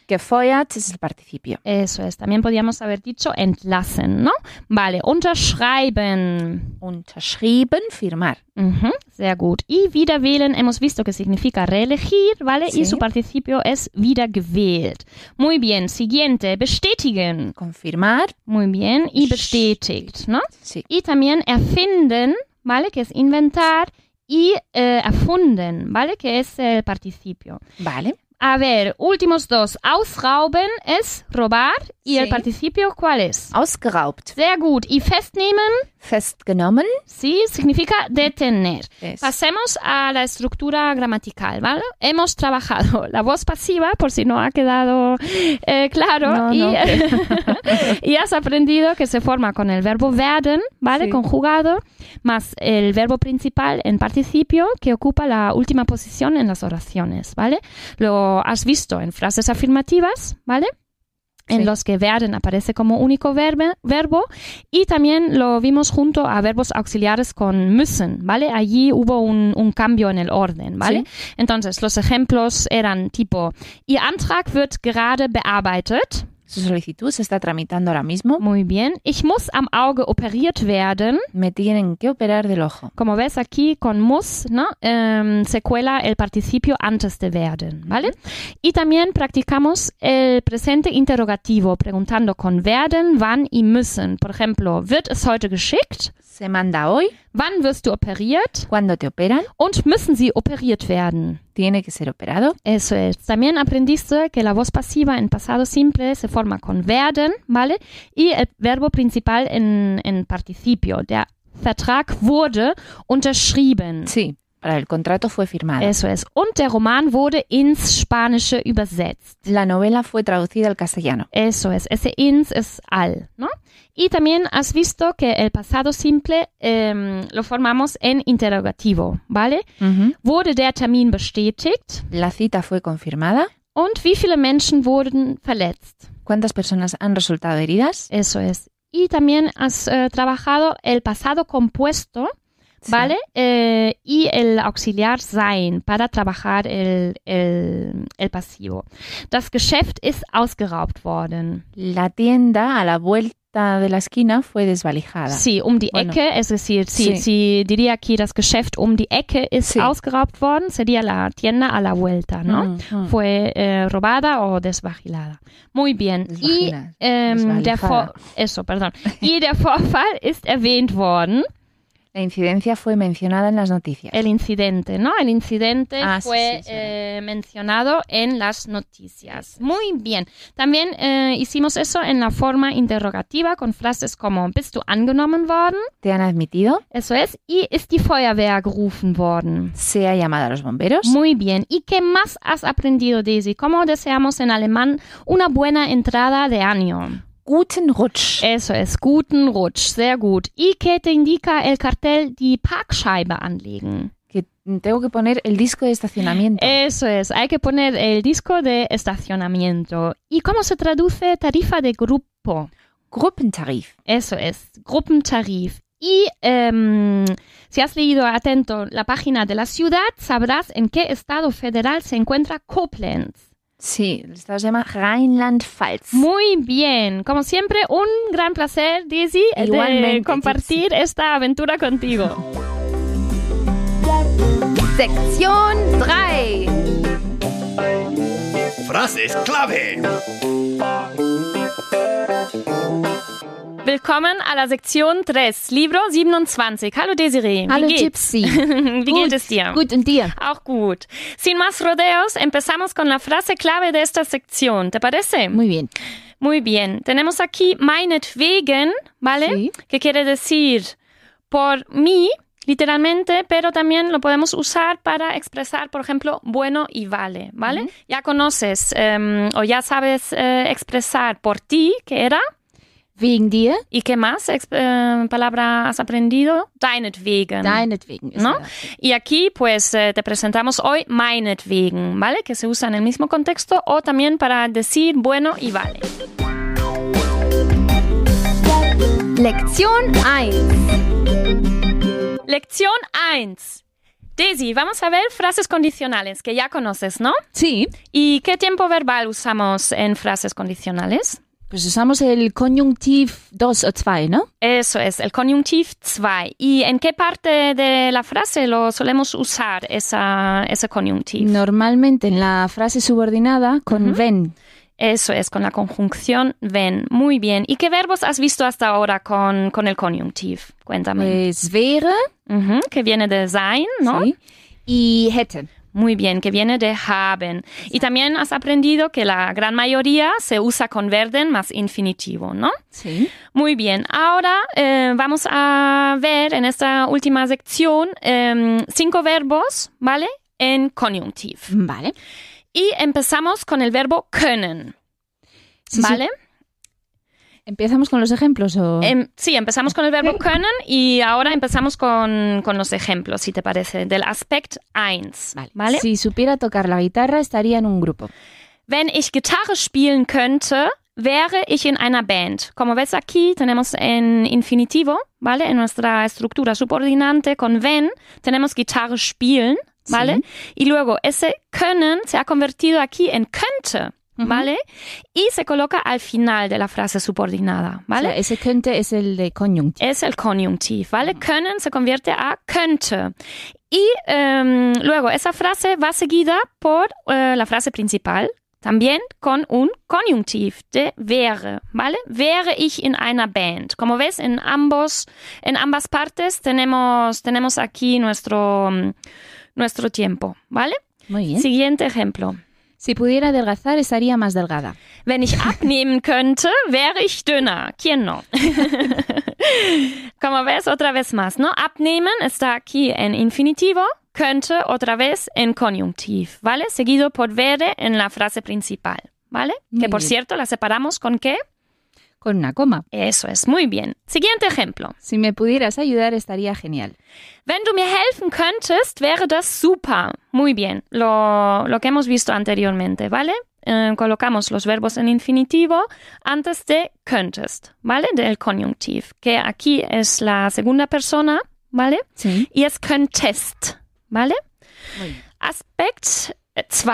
C: gefeuert, es el participio.
B: eso es. También podíamos haber dicho entlassen, ¿no? Vale, unterschreiben.
C: Unterschrieben, firmar.
B: Ujú, sehr gut. Y wieder wählen, hemos visto que significa reelegir, ¿vale?
C: Sí.
B: Y su participio es wieder gewählt. Muy bien, siguiente, bestätigen.
C: Confirmar,
B: Muy bien, y bestätigt, ¿no?
C: sí.
B: Y también erfinden, ¿vale? Que es inventar. Y eh, erfunden, ¿vale? Que es el participio.
C: Vale.
B: A ver, últimos dos. Ausrauben es robar. ¿Y el
C: Sí.
B: participio cuál es?
C: Ausgeraubt.
B: Sehr gut. Y festnehmen,
C: Festgenommen.
B: sí, significa detener.
C: Es.
B: Pasemos a la estructura gramatical, ¿vale? Hemos trabajado la voz pasiva, por si no ha quedado eh, claro,
C: No,
B: y,
C: no,
B: y has aprendido que se forma con el verbo werden, ¿vale?
D: Sí.
B: Conjugado, más el verbo principal en participio, que ocupa la última posición en las oraciones, ¿vale? Lo has visto en frases afirmativas, ¿vale? En
C: Sí.
B: los que werden aparece como único verbe- verbo y también lo vimos junto a verbos auxiliares con müssen, ¿vale? Allí hubo un, un cambio en el orden, ¿vale? Entonces, los ejemplos eran tipo, Ihr Antrag wird gerade bearbeitet.
C: Su solicitud se está tramitando ahora mismo.
B: Muy bien. Ich muss am Auge operiert werden.
C: Me tienen que operar del ojo.
B: Como ves aquí con muss, ¿no? Em, se cuela el participio antes de werden, ¿vale? Y también practicamos el presente interrogativo, preguntando con werden, wann y müssen. Por ejemplo, wird es heute geschickt?
C: Se manda hoy.
B: Wann wirst du operiert?
C: Cuando te operan,
B: Und müssen sie operiert werden?
C: tiene que ser operado.
B: Eso es. También aprendiste que la voz pasiva en pasado simple se forma con werden, ¿vale? Y el verbo principal en, en participio. Der Vertrag wurde unterschrieben.
C: Sí. Para el contrato fue firmado.
B: Eso es. Und der Roman wurde ins Spanische übersetzt.
C: La novela fue traducida al castellano.
B: Eso es. Ese ins es al, ¿no? Y también has visto que el pasado simple em, lo formamos en interrogativo, ¿vale? Wurde der Termin bestätigt?
C: La cita fue confirmada.
B: Und wie viele Menschen wurden verletzt?
C: ¿Cuántas personas han resultado heridas?
B: Eso es. Y también has eh, trabajado el pasado compuesto,
C: Sí.
B: ¿vale? Eh, y el auxiliar sein para trabajar el, el, el pasivo. Das Geschäft ist ausgeraubt worden.
C: La tienda a la vuelta de la esquina fue desvalijada.
B: Sí, um die
C: Bueno.
B: Ecke, es decir, sí,
C: Sí.
B: sí, diría aquí das Geschäft um die Ecke ist
C: Sí.
B: ausgeraubt worden, sería la tienda a la vuelta, ¿no?
C: Ujú.
B: Fue eh, robada o desvajilada. Muy bien. Y
C: Desvagina-
B: Ähm, der Vor
C: desvalijada.
B: Eso, perdón. Y der Vorfall ist erwähnt worden.
C: La incidencia fue mencionada en las noticias.
B: El incidente, ¿no? El incidente
C: Ah, sí,
B: fue
C: sí, sí.
B: eh, mencionado en las noticias. Muy bien. También eh, hicimos eso en la forma interrogativa con frases como ¿Bist du angenommen worden?
C: ¿Te han admitido?
B: Eso es. ¿Y ist die Feuerwehr gerufen worden?
C: ¿Se ha llamado a los bomberos?
B: Muy bien. ¿Y qué más has aprendido, Daisy? ¿Cómo deseamos en alemán una buena entrada de año?
C: Guten Rutsch.
B: Eso es, guten Rutsch, sehr gut. Y que te indica el cartel die Parkscheibe anlegen.
C: Que tengo que poner el disco de estacionamiento.
B: Eso es, hay que poner el disco de estacionamiento. ¿Y cómo se traduce tarifa de grupo?
C: Gruppentarif.
B: Eso es, Gruppentarif. Y em, si has leído atento la página de la ciudad, sabrás en qué estado federal se encuentra Koblenz.
C: Sí, el estado se llama Rheinland-Pfalz.
B: Muy bien, como siempre, un gran placer, Dizzy, de
C: Igualmente,
B: compartir esta aventura contigo.
A: Sektion 3.
H: Frases clave.
B: Willkommen à la Sektion 3, Libro 27. Hallo Desiree.
C: Hallo
B: Wie geht's?
C: Gypsy.
B: Wie
C: Gut,
B: geht es dir?
C: Gut, ¿und dir?
B: Auch gut. Sin más rodeos, empezamos con la frase clave de esta sección. ¿Te parece?
C: Muy bien.
B: Muy bien. Tenemos aquí meinetwegen, ¿vale?
C: Sí.
B: Que quiere decir por mí, literalmente, pero también lo podemos usar para expresar, por ejemplo, bueno y vale, ¿vale? Ya conoces em, o ya sabes eh, expresar por ti, que era.
C: Wegen dir?
B: ¿Y qué más ex- eh, palabra has aprendido? Deinetwegen.
C: Deinetwegen.
B: ¿No? Y aquí, pues, eh, te presentamos hoy meinetwegen, ¿vale? Que se usa en el mismo contexto o también para decir bueno y vale.
A: Lektion 1.
B: Lektion 1. Daisy, vamos a ver frases condicionales que ya conoces, ¿no?
E: Sí.
B: ¿Y qué tiempo verbal usamos en frases condicionales?
E: Pues usamos el Konjunktiv 2 o 2, ¿no?
B: Eso es, el Konjunktiv 2. ¿Y en qué parte de la frase lo solemos usar, esa, ese Konjunktiv?
E: Normalmente en la frase subordinada con
B: Ujú.
E: wenn.
B: Eso es, con la conjunción ven. Muy bien. ¿Y qué verbos has visto hasta ahora con, con el Konjunktiv? Cuéntame.
E: Pues wäre
B: Ujú, que viene de sein, ¿no?
E: sí, y hätte.
B: Muy bien, que viene de haben. Y también has aprendido que la gran mayoría se usa con werden más infinitivo, ¿no?
E: Sí.
B: Muy bien, ahora eh, vamos a ver en esta última sección em, cinco verbos, ¿vale? En conjuntiv.
E: Vale.
B: Y empezamos con el verbo können,
E: Sí, sí.
B: ¿vale?
E: ¿Empezamos con los ejemplos o...?
B: Em, sí, empezamos con el verbo können y ahora empezamos con, con los ejemplos, si te parece, del aspect 1, ¿vale?
E: Si supiera tocar la guitarra estaría en un grupo.
B: Wenn ich Gitarre spielen könnte, wäre ich in einer Band. Como ves aquí, tenemos en infinitivo, ¿vale? En nuestra estructura subordinante con wenn, tenemos Gitarre spielen, ¿vale? Y luego ese können se ha convertido aquí en könnte, ¿vale? Y se coloca al final de la frase subordinada, ¿vale?
E: O sea, ese könnte es el de Konjunktiv.
B: es el conjuntivo, ¿vale? Können se convierte a könnte. Y em, luego esa frase va seguida por eh, la frase principal, también con un conjuntivo de wäre, ¿vale? Wäre ich in einer Band. Como ves, en ambos, en ambas partes tenemos, tenemos aquí nuestro, mm, nuestro tiempo, ¿vale?
E: Muy bien.
B: Siguiente ejemplo.
E: Si pudiera adelgazar estaría más delgada.
B: Wenn ich abnehmen könnte, wäre ich dünner. ¿Quién no? Como ves, otra vez más, ¿no? Abnehmen está aquí en infinitivo, könnte otra vez en conjuntiv, ¿vale? Seguido por wäre en la frase principal, ¿vale?
E: Muy
B: que por
E: bien.
B: cierto la separamos con qué?
E: Con una coma.
B: Eso es, muy bien. Siguiente ejemplo.
E: Si me pudieras ayudar estaría genial.
B: Wenn du mir helfen könntest, wäre das super. Muy bien. Lo, lo que hemos visto anteriormente, ¿vale? Eh, colocamos los verbos en infinitivo antes de könntest, ¿vale? Del conjuntiv, que aquí es la segunda persona, ¿vale?
E: Sí.
B: Y es könntest, ¿vale?
E: Muy bien.
B: Aspekt 2.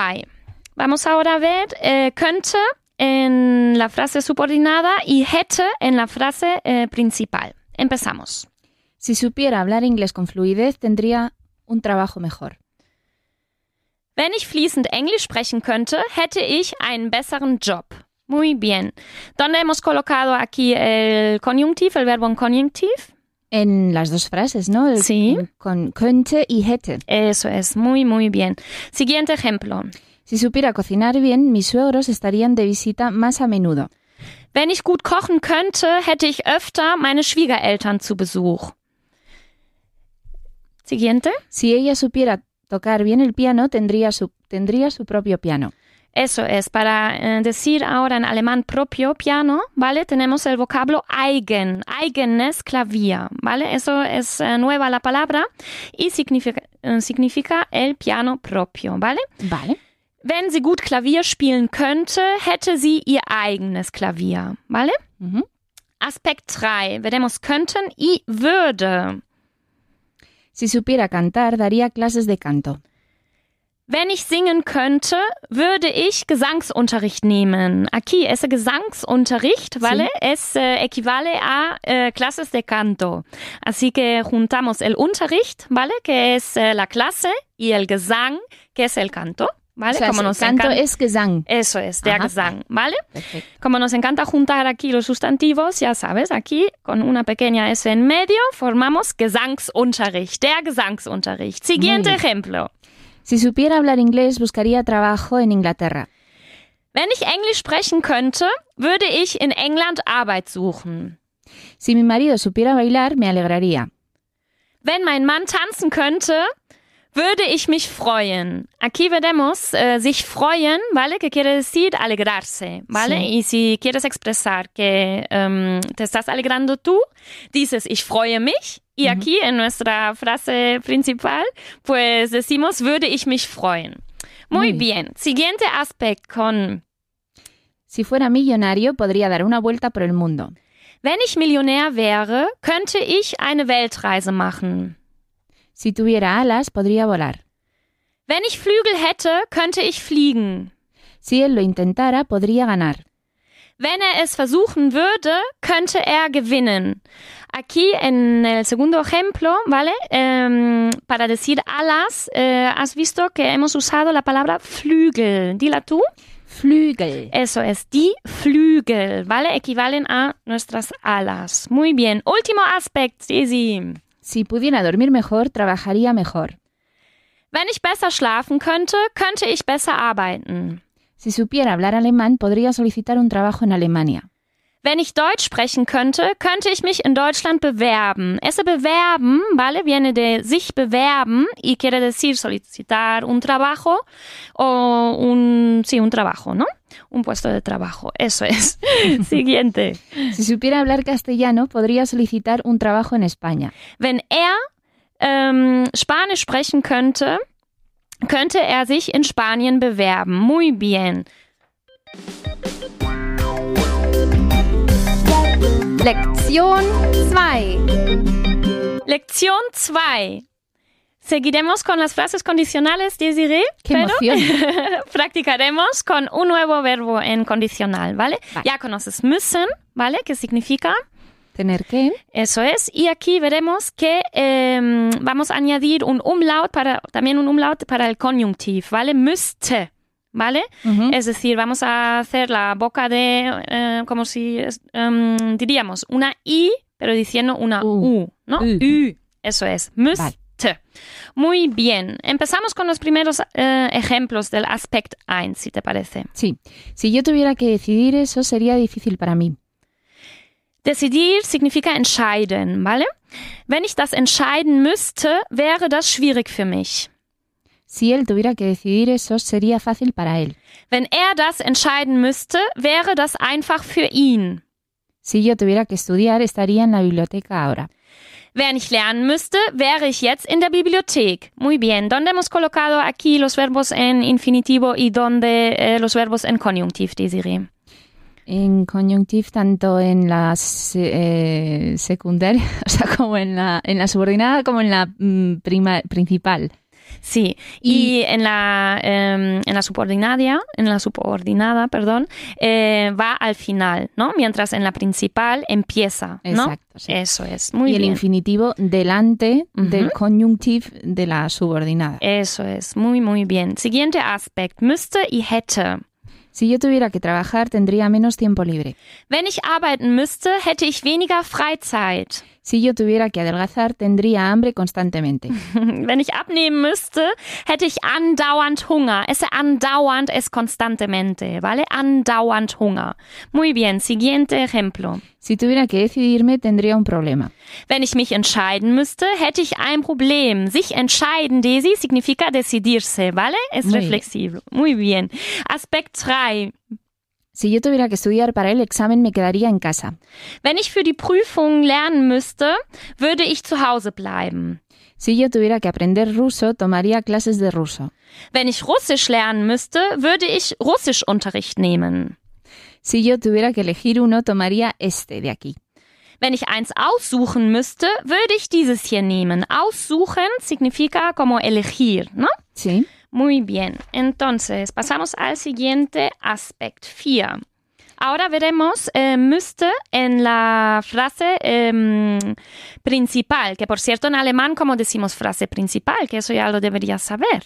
B: Vamos ahora a ver eh, könnte en la frase subordinada y hätte en la frase eh, principal. Empezamos.
E: Si supiera hablar inglés con fluidez tendría un trabajo mejor.
B: Wenn ich fließend Englisch sprechen könnte, hätte ich einen besseren Job. Muy bien. ¿Dónde hemos colocado aquí el conjuntivo, el verbo en conjuntivo?
E: En las dos frases, ¿no? El-
B: Sí.
E: Con könnte y hätte.
B: Eso es, muy, muy bien. Siguiente ejemplo.
E: Si supiera cocinar bien, mis suegros estarían de visita más a menudo.
B: Wenn ich gut kochen könnte, hätte ich öfter meine Schwiegereltern zu Besuch. Siguiente.
E: Si ella supiera tocar bien el piano, tendría su, tendría su propio piano.
B: Eso es, para eh, decir ahora en alemán propio piano, ¿vale? Tenemos el vocablo eigen, eigenes Klavier, ¿vale? Eso es eh, nueva la palabra y significa, eh, significa el piano propio, ¿vale?
E: Vale.
B: Wenn sie gut Klavier spielen könnte, hätte sie ihr eigenes Klavier, ¿vale?
E: Ujú.
B: Aspekt 3, veremos könnten y würde.
E: Si supiera cantar, daría clases de canto.
B: Wenn ich singen könnte, würde ich Gesangsunterricht nehmen. Aquí, ese Gesangsunterricht, ¿vale? Es eh, equivale a eh, clases de canto. Así que juntamos el Unterricht, ¿vale? Que es eh, la clase y el Gesang, que es el canto, ¿vale?
E: O sea, el canto
B: encanta-
E: es Gesang.
B: Eso es, der
E: Ajá.
B: Gesang, ¿vale?
E: Perfecto.
B: Como nos encanta juntar aquí los sustantivos, ya sabes, aquí con una pequeña S en medio formamos Gesangsunterricht, der Gesangsunterricht. Siguiente
E: bien.
B: ejemplo.
E: Si supiera hablar inglés, buscaría trabajo en Inglaterra.
B: Wenn ich Englisch sprechen könnte, würde ich in England Arbeit suchen.
E: Si mi marido supiera bailar, me alegraría.
B: Wenn mein Mann tanzen könnte, würde ich mich freuen. Aquí veremos eh, sich freuen, ¿vale? Que quiere decir alegrarse, ¿vale?
E: Sí.
B: Y si quieres expresar que em, te estás alegrando tú, dices ich freue mich. Y aquí en nuestra frase principal, pues decimos würde ich mich freuen. Muy
E: Muy
B: bien. Siguiente aspecto con
E: Si fuera millonario, podría dar una vuelta por el mundo.
B: Wenn ich Millionär wäre, könnte ich eine Weltreise machen.
E: Si tuviera alas, podría volar.
B: Wenn ich Flügel hätte, könnte ich fliegen.
E: Si él lo intentara, podría ganar.
B: Wenn er es versuchen würde, könnte er gewinnen. Aquí en el segundo ejemplo, ¿vale? Em, para decir alas, eh, has visto que hemos usado la palabra Flügel. Dila tú.
E: Flügel.
B: Eso es, die Flügel, ¿vale? Equivalen a nuestras alas. Muy bien. Último aspecto, Daisy.
E: Si pudiera dormir mejor, trabajaría mejor.
B: Wenn ich besser schlafen könnte, könnte ich besser arbeiten.
E: Si supiera hablar alemán, podría solicitar un trabajo en Alemania.
B: Wenn ich Deutsch sprechen könnte, könnte ich mich in Deutschland bewerben. Ese bewerben, ¿vale? Viene de sich bewerben y quiere decir solicitar un trabajo o un, sí, un trabajo, ¿no? Un puesto de trabajo. Eso es. Siguiente.
E: Si supiera hablar castellano, podría solicitar un trabajo en España.
B: Wenn er ähm, Spanisch sprechen könnte, könnte er sich in Spanien bewerben. Muy bien.
A: Lektion 2.
B: Lección 2. Seguiremos con las frases condicionales, Desiree.
E: ¡Qué
B: pero-
E: emoción!
B: practicaremos con un nuevo verbo en condicional, ¿vale? Ya conoces müssen, ¿vale? Que significa
E: Tener que.
B: eso es. Y aquí veremos que em, vamos a añadir un umlaut para, también un umlaut para el conjuntivo, ¿vale? Müsste, ¿vale?
E: eh,
B: Es decir, vamos a hacer la boca de, eh, como si es- em, diríamos una I, pero diciendo una
E: U.
B: U, ¿no?
E: Ü.
B: Ü. Eso es, müsste.
E: Vale.
B: Muy bien, empezamos con los primeros eh, ejemplos del aspecto 1, si te parece.
E: Sí. Si yo tuviera que decidir eso, sería difícil para mí.
B: Decidir significa entscheiden, ¿vale? Wenn ich das entscheiden müsste, wäre das schwierig für mich.
E: Si él tuviera que decidir eso, sería fácil para él.
B: Wenn er das entscheiden müsste, wäre das einfach für ihn.
E: Si yo tuviera que estudiar, estaría en la biblioteca ahora.
B: Wenn ich lernen müsste, wäre ich jetzt in der Bibliothek. Muy bien. ¿Dónde hemos colocado aquí los verbos en infinitivo y dónde eh, los verbos en conjuntivo, Desiree?
E: En conjunctive, tanto en la se- eh, secundaria, o sea, como en la, en la subordinada, como en la mm, prima- principal.
B: Sí. Y, en la em, en la subordinada, en la subordinada, perdón, eh, va al final, ¿no? Mientras en la principal empieza, ¿no?
E: Exacto. sí.
B: Eso es,
E: y
B: muy
E: el
B: bien.
E: infinitivo delante del
B: Ujú.
E: conjunctive de la subordinada.
B: Eso es, muy, muy bien. Siguiente aspecto, müsste y hätte.
E: Si yo tuviera que trabajar, tendría menos tiempo libre.
B: Wenn ich arbeiten müsste, hätte ich weniger Freizeit.
E: Si yo tuviera que adelgazar, tendría hambre constantemente.
B: Wenn ich abnehmen müsste, hätte ich andauernd Hunger. Esse andauernd es constantemente, ¿vale? Andauernd Hunger. Muy bien, siguiente ejemplo.
E: Si tuviera que decidirme, tendría un problema.
B: Wenn ich mich entscheiden müsste, hätte ich ein Problem. Sich entscheiden, Desi, significa decidirse, ¿vale? Es
E: Muy bien.
B: reflexivo. Muy bien. Aspekt 3.
E: Si yo tuviera que estudiar para el examen, me quedaría en casa.
B: Wenn ich für die Prüfung lernen müsste, würde ich zu Hause bleiben.
E: Si yo tuviera que aprender ruso, tomaría clases de ruso.
B: Wenn ich Russisch lernen müsste, würde ich Russischunterricht nehmen.
E: Si yo tuviera que elegir uno, tomaría este de aquí.
B: Wenn ich eins aussuchen müsste, würde ich dieses hier nehmen. Aussuchen significa como elegir, ¿no?
E: Sí.
B: Muy bien. Entonces, pasamos al siguiente aspecto, 4. Ahora veremos eh, müsste en la frase em, principal, que por cierto en alemán, como decimos frase principal, que eso ya lo deberías saber.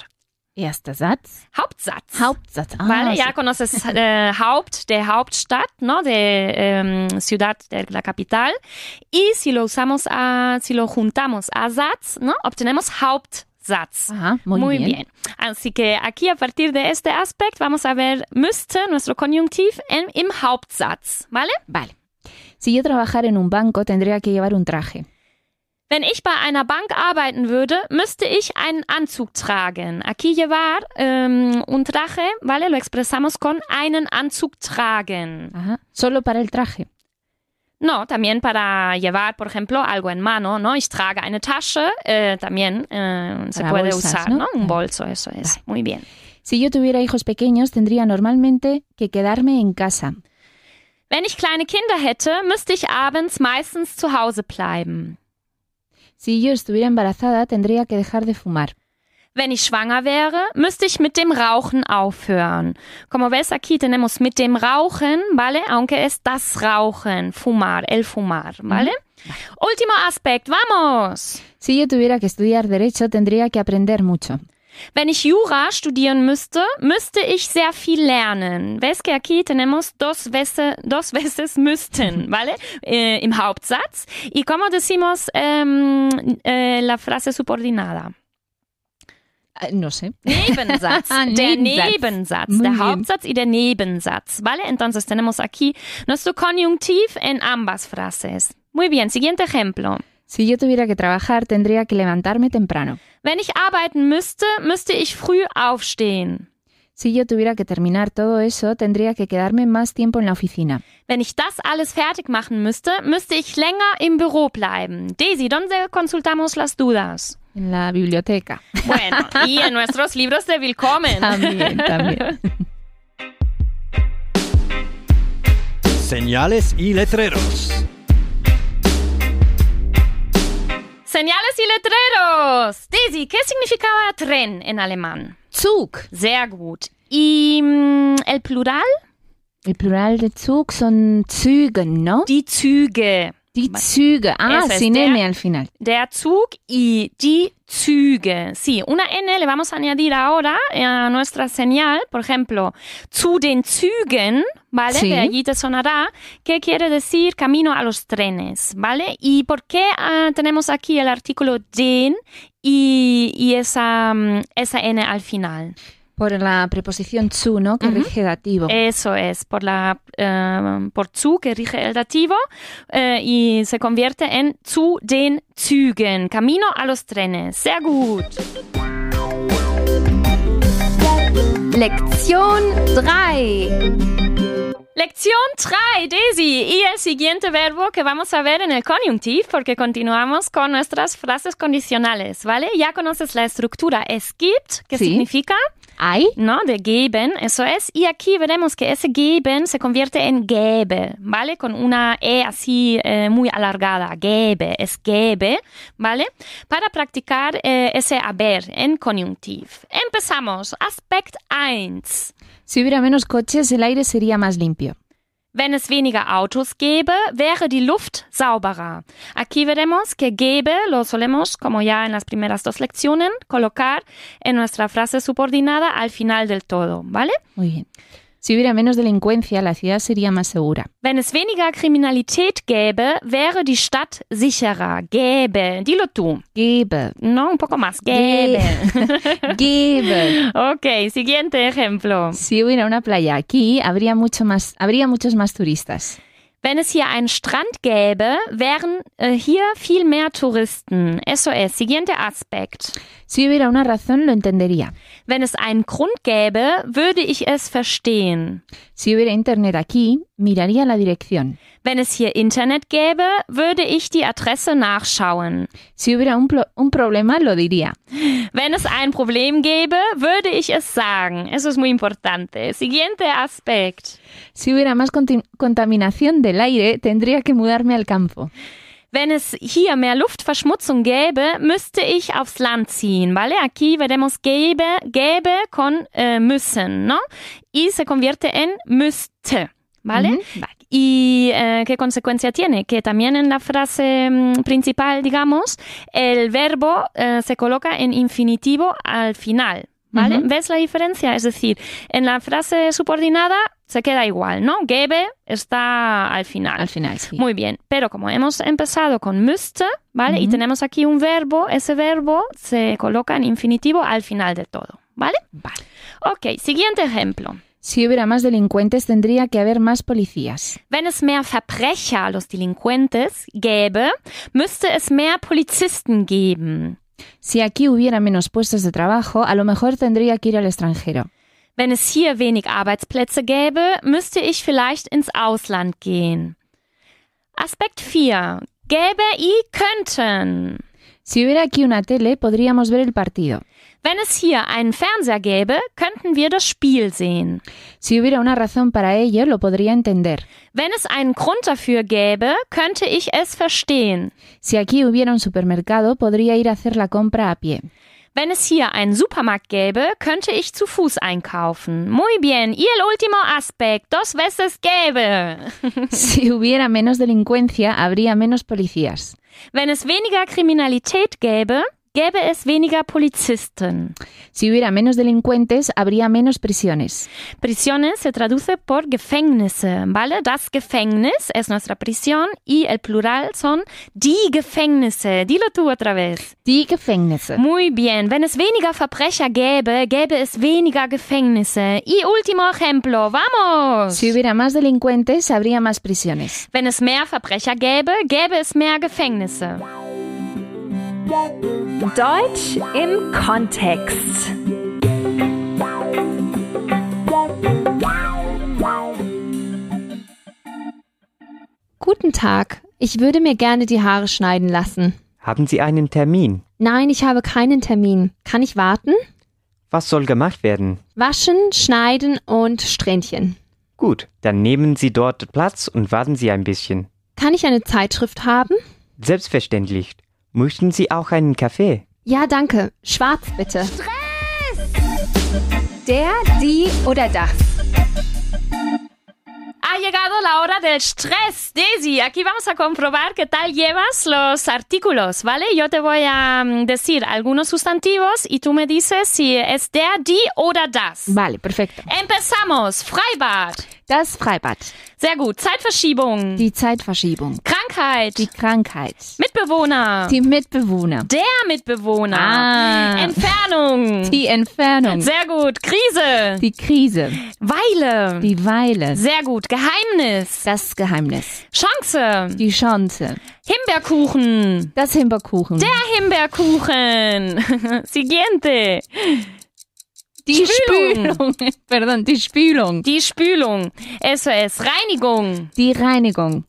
E: Erster Satz.
B: Hauptsatz.
E: Hauptsatz. Ah,
B: Vale,
E: sí.
B: ya conoces eh, Haupt, de Hauptstadt, ¿no? De em, ciudad, de la capital. Y si lo usamos, a, si lo juntamos a Satz, ¿no? Obtenemos Hauptsatz.
E: Ajá, Ah, muy, bien.
B: Así que aquí a partir de este aspecto vamos a ver müsste, nuestro conjuntivo, en, im Hauptsatz, ¿vale?
E: Vale. Si yo trabajara en un banco, tendría que llevar un traje.
B: Wenn ich bei einer Bank arbeiten würde, müsste ich einen Anzug tragen. Aquí llevar em, un traje, ¿vale? Lo expresamos con einen Anzug tragen.
E: Ajá. Solo para el traje.
B: No, también para llevar, por ejemplo, algo en mano, ¿no? Ich trage eine Tasche, eh, también eh, se
E: Para
B: puede
E: bolsas,
B: usar,
E: ¿no?
B: ¿no? Un bolso, eso es.
E: Vale.
B: Muy bien.
E: Si yo tuviera hijos pequeños, tendría normalmente que quedarme en casa.
B: Wenn ich kleine Kinder hätte, müsste ich abends meistens zu Hause bleiben.
E: Si yo estuviera embarazada, tendría que dejar de fumar.
B: Wenn ich schwanger wäre, müsste ich mit dem Rauchen aufhören. Como ves, aquí tenemos mit dem Rauchen, ¿vale? Aunque es das Rauchen, fumar, el fumar, ¿vale? Último aspecto, vamos!
E: Si yo tuviera que estudiar derecho, tendría que aprender mucho.
B: Wenn ich Jura studieren müsste, müsste ich sehr viel lernen. Ves que aquí tenemos dos veces, dos veces müssten, ¿vale? Eh, Im Hauptsatz. Y como decimos em, eh, la frase subordinada.
E: Eh, No sé.
B: Nebensatz. der
E: Nebensatz.
B: Nebensatz.
E: Muy
B: Der
E: bien.
B: Hauptsatz y der Nebensatz. ¿Vale? Entonces tenemos aquí nuestro conjuntiv en ambas frases. Muy bien, siguiente ejemplo.
E: Si yo tuviera que trabajar, tendría que levantarme temprano.
B: Wenn ich arbeiten müsste, müsste ich früh aufstehen.
E: Si yo tuviera que terminar todo eso, tendría que quedarme más tiempo en la oficina.
B: Wenn ich das alles fertig machen müsste, müsste ich länger im Büro bleiben. Daisy, ¿dónde consultamos las dudas?
E: En la biblioteca.
B: Bueno, y en nuestros libros de Willkommen.
E: También, también.
I: Señales y letreros.
B: Señales y letreros. Daisy, ¿qué significaba tren en alemán?
E: Zug.
B: Sehr gut. Y mm, el plural,
E: El plural de Zug son Züge, ¿no?
B: die Züge.
E: Die Züge. Ah,
B: Ese es
E: sin
B: der-
E: N al final.
B: Der Zug y die Züge. Sí, una N le vamos a añadir ahora a nuestra señal, por ejemplo, zu den Zügen, ¿vale?
E: Sí.
B: De allí te sonará, que quiere decir camino a los trenes, ¿vale? ¿Y por qué ah, tenemos aquí el artículo den y, y esa, mm, esa N al final?
E: Por la preposición zu, ¿no? Que
B: Ujú.
E: rige dativo.
B: Eso es, por la eh, por zu que rige el dativo eh, y se convierte en zu den Zügen, camino a los trenes. Sehr gut.
A: Lektion 3.
B: Lección 3, Daisy. Y el siguiente verbo que vamos a ver en el conjuntiv, porque continuamos con nuestras frases condicionales, ¿vale? Ya conoces la estructura es gibt, que
E: Sí.
B: significa,
E: ¿Hay?
B: ¿no? De geben, eso es. Y aquí veremos que ese geben se convierte en gebe, ¿vale? Con una E así eh, muy alargada. Gebe, es gebe, ¿vale? Para practicar eh, ese haber en conjuntiv. Empezamos. Aspekt 1.
E: Si hubiera menos coches, el aire sería más limpio.
B: Wenn es weniger Autos gäbe, wäre die Luft sauberer. Aquí veremos que gäbe lo solemos, como ya en las primeras dos lecciones, colocar en nuestra frase subordinada al final del todo, ¿vale?
E: Muy bien. Si hubiera menos delincuencia, la ciudad sería más segura.
B: Wenn es weniger Kriminalität gäbe, wäre die Stadt sicherer. Gäbe. Dilo tú.
E: Gebe.
B: No, un poco más. Gäbe.
E: Gebe.
B: Ok, siguiente ejemplo.
E: Si hubiera una playa aquí, habría, mucho más, habría muchos más turistas.
B: Wenn es hier einen Strand gäbe, wären äh, hier viel mehr Touristen. SOS. Siguiente Aspekt.
E: Si hubiera una razón, lo entendería.
B: Wenn es einen Grund gäbe, würde ich es verstehen.
E: Si hubiera internet aquí, miraría la dirección.
B: Wenn es hier Internet gäbe, würde ich die Adresse nachschauen.
E: Si hubiera un, plo- un problema, lo diría.
B: Wenn es ein Problem gäbe, würde ich es sagen. Eso es muy importante. Siguiente Aspekt.
E: Si hubiera más conti- contaminación del aire, tendría que mudarme al campo.
B: Wenn es hier mehr Luftverschmutzung gäbe, müsste ich aufs Land ziehen, ¿vale? Aquí veremos gäbe, gäbe con eh, müssen, ¿no? Y se convierte en müsste,
E: Mhm.
B: ¿vale? ¿Y eh, qué consecuencia tiene? Que también en la frase mm, principal, digamos, el verbo eh, se coloca en infinitivo al final, ¿vale?
E: Ujú.
B: ¿Ves la diferencia? Es decir, en la frase subordinada se queda igual, ¿no? Gäbe está al final.
E: Al final, sí.
B: Muy bien, pero como hemos empezado con müsste, ¿vale? Y
E: Ujú.
B: tenemos aquí un verbo, ese verbo se coloca en infinitivo al final de todo, ¿vale?
E: Vale.
B: Ok, siguiente ejemplo.
E: Si hubiera más delincuentes, tendría que haber más policías.
B: Wenn es mehr Verbrecher, los delincuentes, gäbe, müsste es mehr Polizisten geben.
E: Si aquí hubiera menos puestos de trabajo, a lo mejor tendría que ir al extranjero.
B: Wenn es hier wenig Arbeitsplätze gäbe, müsste ich vielleicht ins Ausland gehen. Aspekt 4. Gäbe i könnten.
E: Si hubiera aquí una tele, podríamos ver el partido.
B: Wenn es hier einen Fernseher gäbe, könnten wir das Spiel sehen.
E: Si hubiera una razón para ello, lo podría entender.
B: Wenn es einen Grund dafür gäbe, könnte ich es verstehen.
E: Si aquí hubiera un supermercado, podría ir a hacer la compra a pie.
B: Wenn es hier einen Supermarkt gäbe, könnte ich zu Fuß einkaufen. Muy bien, y el último aspecto, dos veces gäbe.
E: Si hubiera menos delincuencia, habría menos policías.
B: Wenn es weniger Kriminalität gäbe, gäbe es weniger Polizisten.
E: Si hubiera menos delincuentes, habría menos prisiones.
B: Prisiones se traduce por Gefängnisse, ¿vale? Das Gefängnis es nuestra prisión y el plural son die Gefängnisse. Dilo tú otra vez.
E: Die Gefängnisse.
B: Muy bien. Wenn es weniger Verbrecher gäbe, gäbe es weniger Gefängnisse. Y último ejemplo. Vamos!
E: Si hubiera más delincuentes, habría más prisiones.
B: Wenn es mehr Verbrecher gäbe, gäbe es mehr Gefängnisse.
A: Deutsch im Kontext.
J: Guten Tag, ich würde mir gerne die Haare schneiden lassen.
K: Haben Sie einen Termin?
J: Nein, ich habe keinen Termin. Kann ich warten?
K: Was soll gemacht werden?
J: Waschen, schneiden und Strähnchen.
K: Gut, dann nehmen Sie dort Platz und warten Sie ein bisschen.
J: Kann ich eine Zeitschrift haben?
K: Selbstverständlich. Möchten Sie auch einen Kaffee?
J: Ja, danke. Schwarz bitte.
A: Der, die oder das.
B: Ha llegado la hora del estrés, Daisy. Aquí vamos a comprobar qué tal llevas los artículos, ¿vale? Yo te voy a mm, decir algunos sustantivos y tú me dices si es der, die oder das.
E: Vale, perfecto.
B: Empezamos. Freibad.
E: Das Freibad.
B: Sehr gut. Zeitverschiebung.
E: Die Zeitverschiebung.
B: Krankheit.
E: Die Krankheit.
B: Mitbewohner.
E: Die Mitbewohner.
B: der Mitbewohner.
E: Ah.
B: Entfernung.
E: Die Entfernung.
B: Sehr gut. Krise.
E: Die Krise.
B: Weile.
E: Die Weile.
B: Sehr gut. Geheimnis.
E: Das Geheimnis.
B: Chance.
E: Die Chance.
B: Himbeerkuchen.
E: Das Himbeerkuchen.
B: Der Himbeerkuchen. Siguiente.
E: die
B: Spülung.
E: Spülung. Perdón, die Spülung.
B: Die Spülung. SOS. Reinigung.
E: Die Reinigung.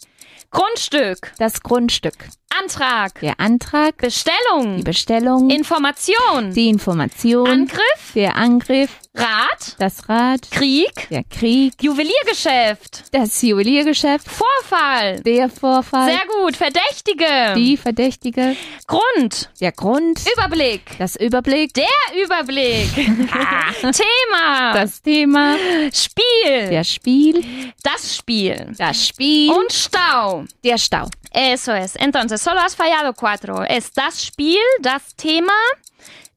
B: Grundstück.
E: Das Grundstück.
B: Antrag.
E: Der Antrag. Die
B: Bestellung.
E: Bestellung.
B: Information.
E: die Information.
B: Angriff.
E: Der Angriff.
B: Rat.
E: Das Rad.
B: Krieg.
E: Der Krieg.
B: Juweliergeschäft.
E: Das Juweliergeschäft.
B: Vorfall.
E: Der Vorfall.
B: Sehr gut. Verdächtige.
E: die Verdächtige.
B: Grund.
E: Der Grund.
B: Überblick.
E: das Überblick.
B: Der Überblick. Thema.
E: das Thema.
B: Spiel.
E: Der Spiel.
B: das Spiel.
E: Das Spiel.
B: Und Stau.
E: der Stau.
B: Eso es. Entonces, solo has fallado cuatro. Es das Spiel, das Thema.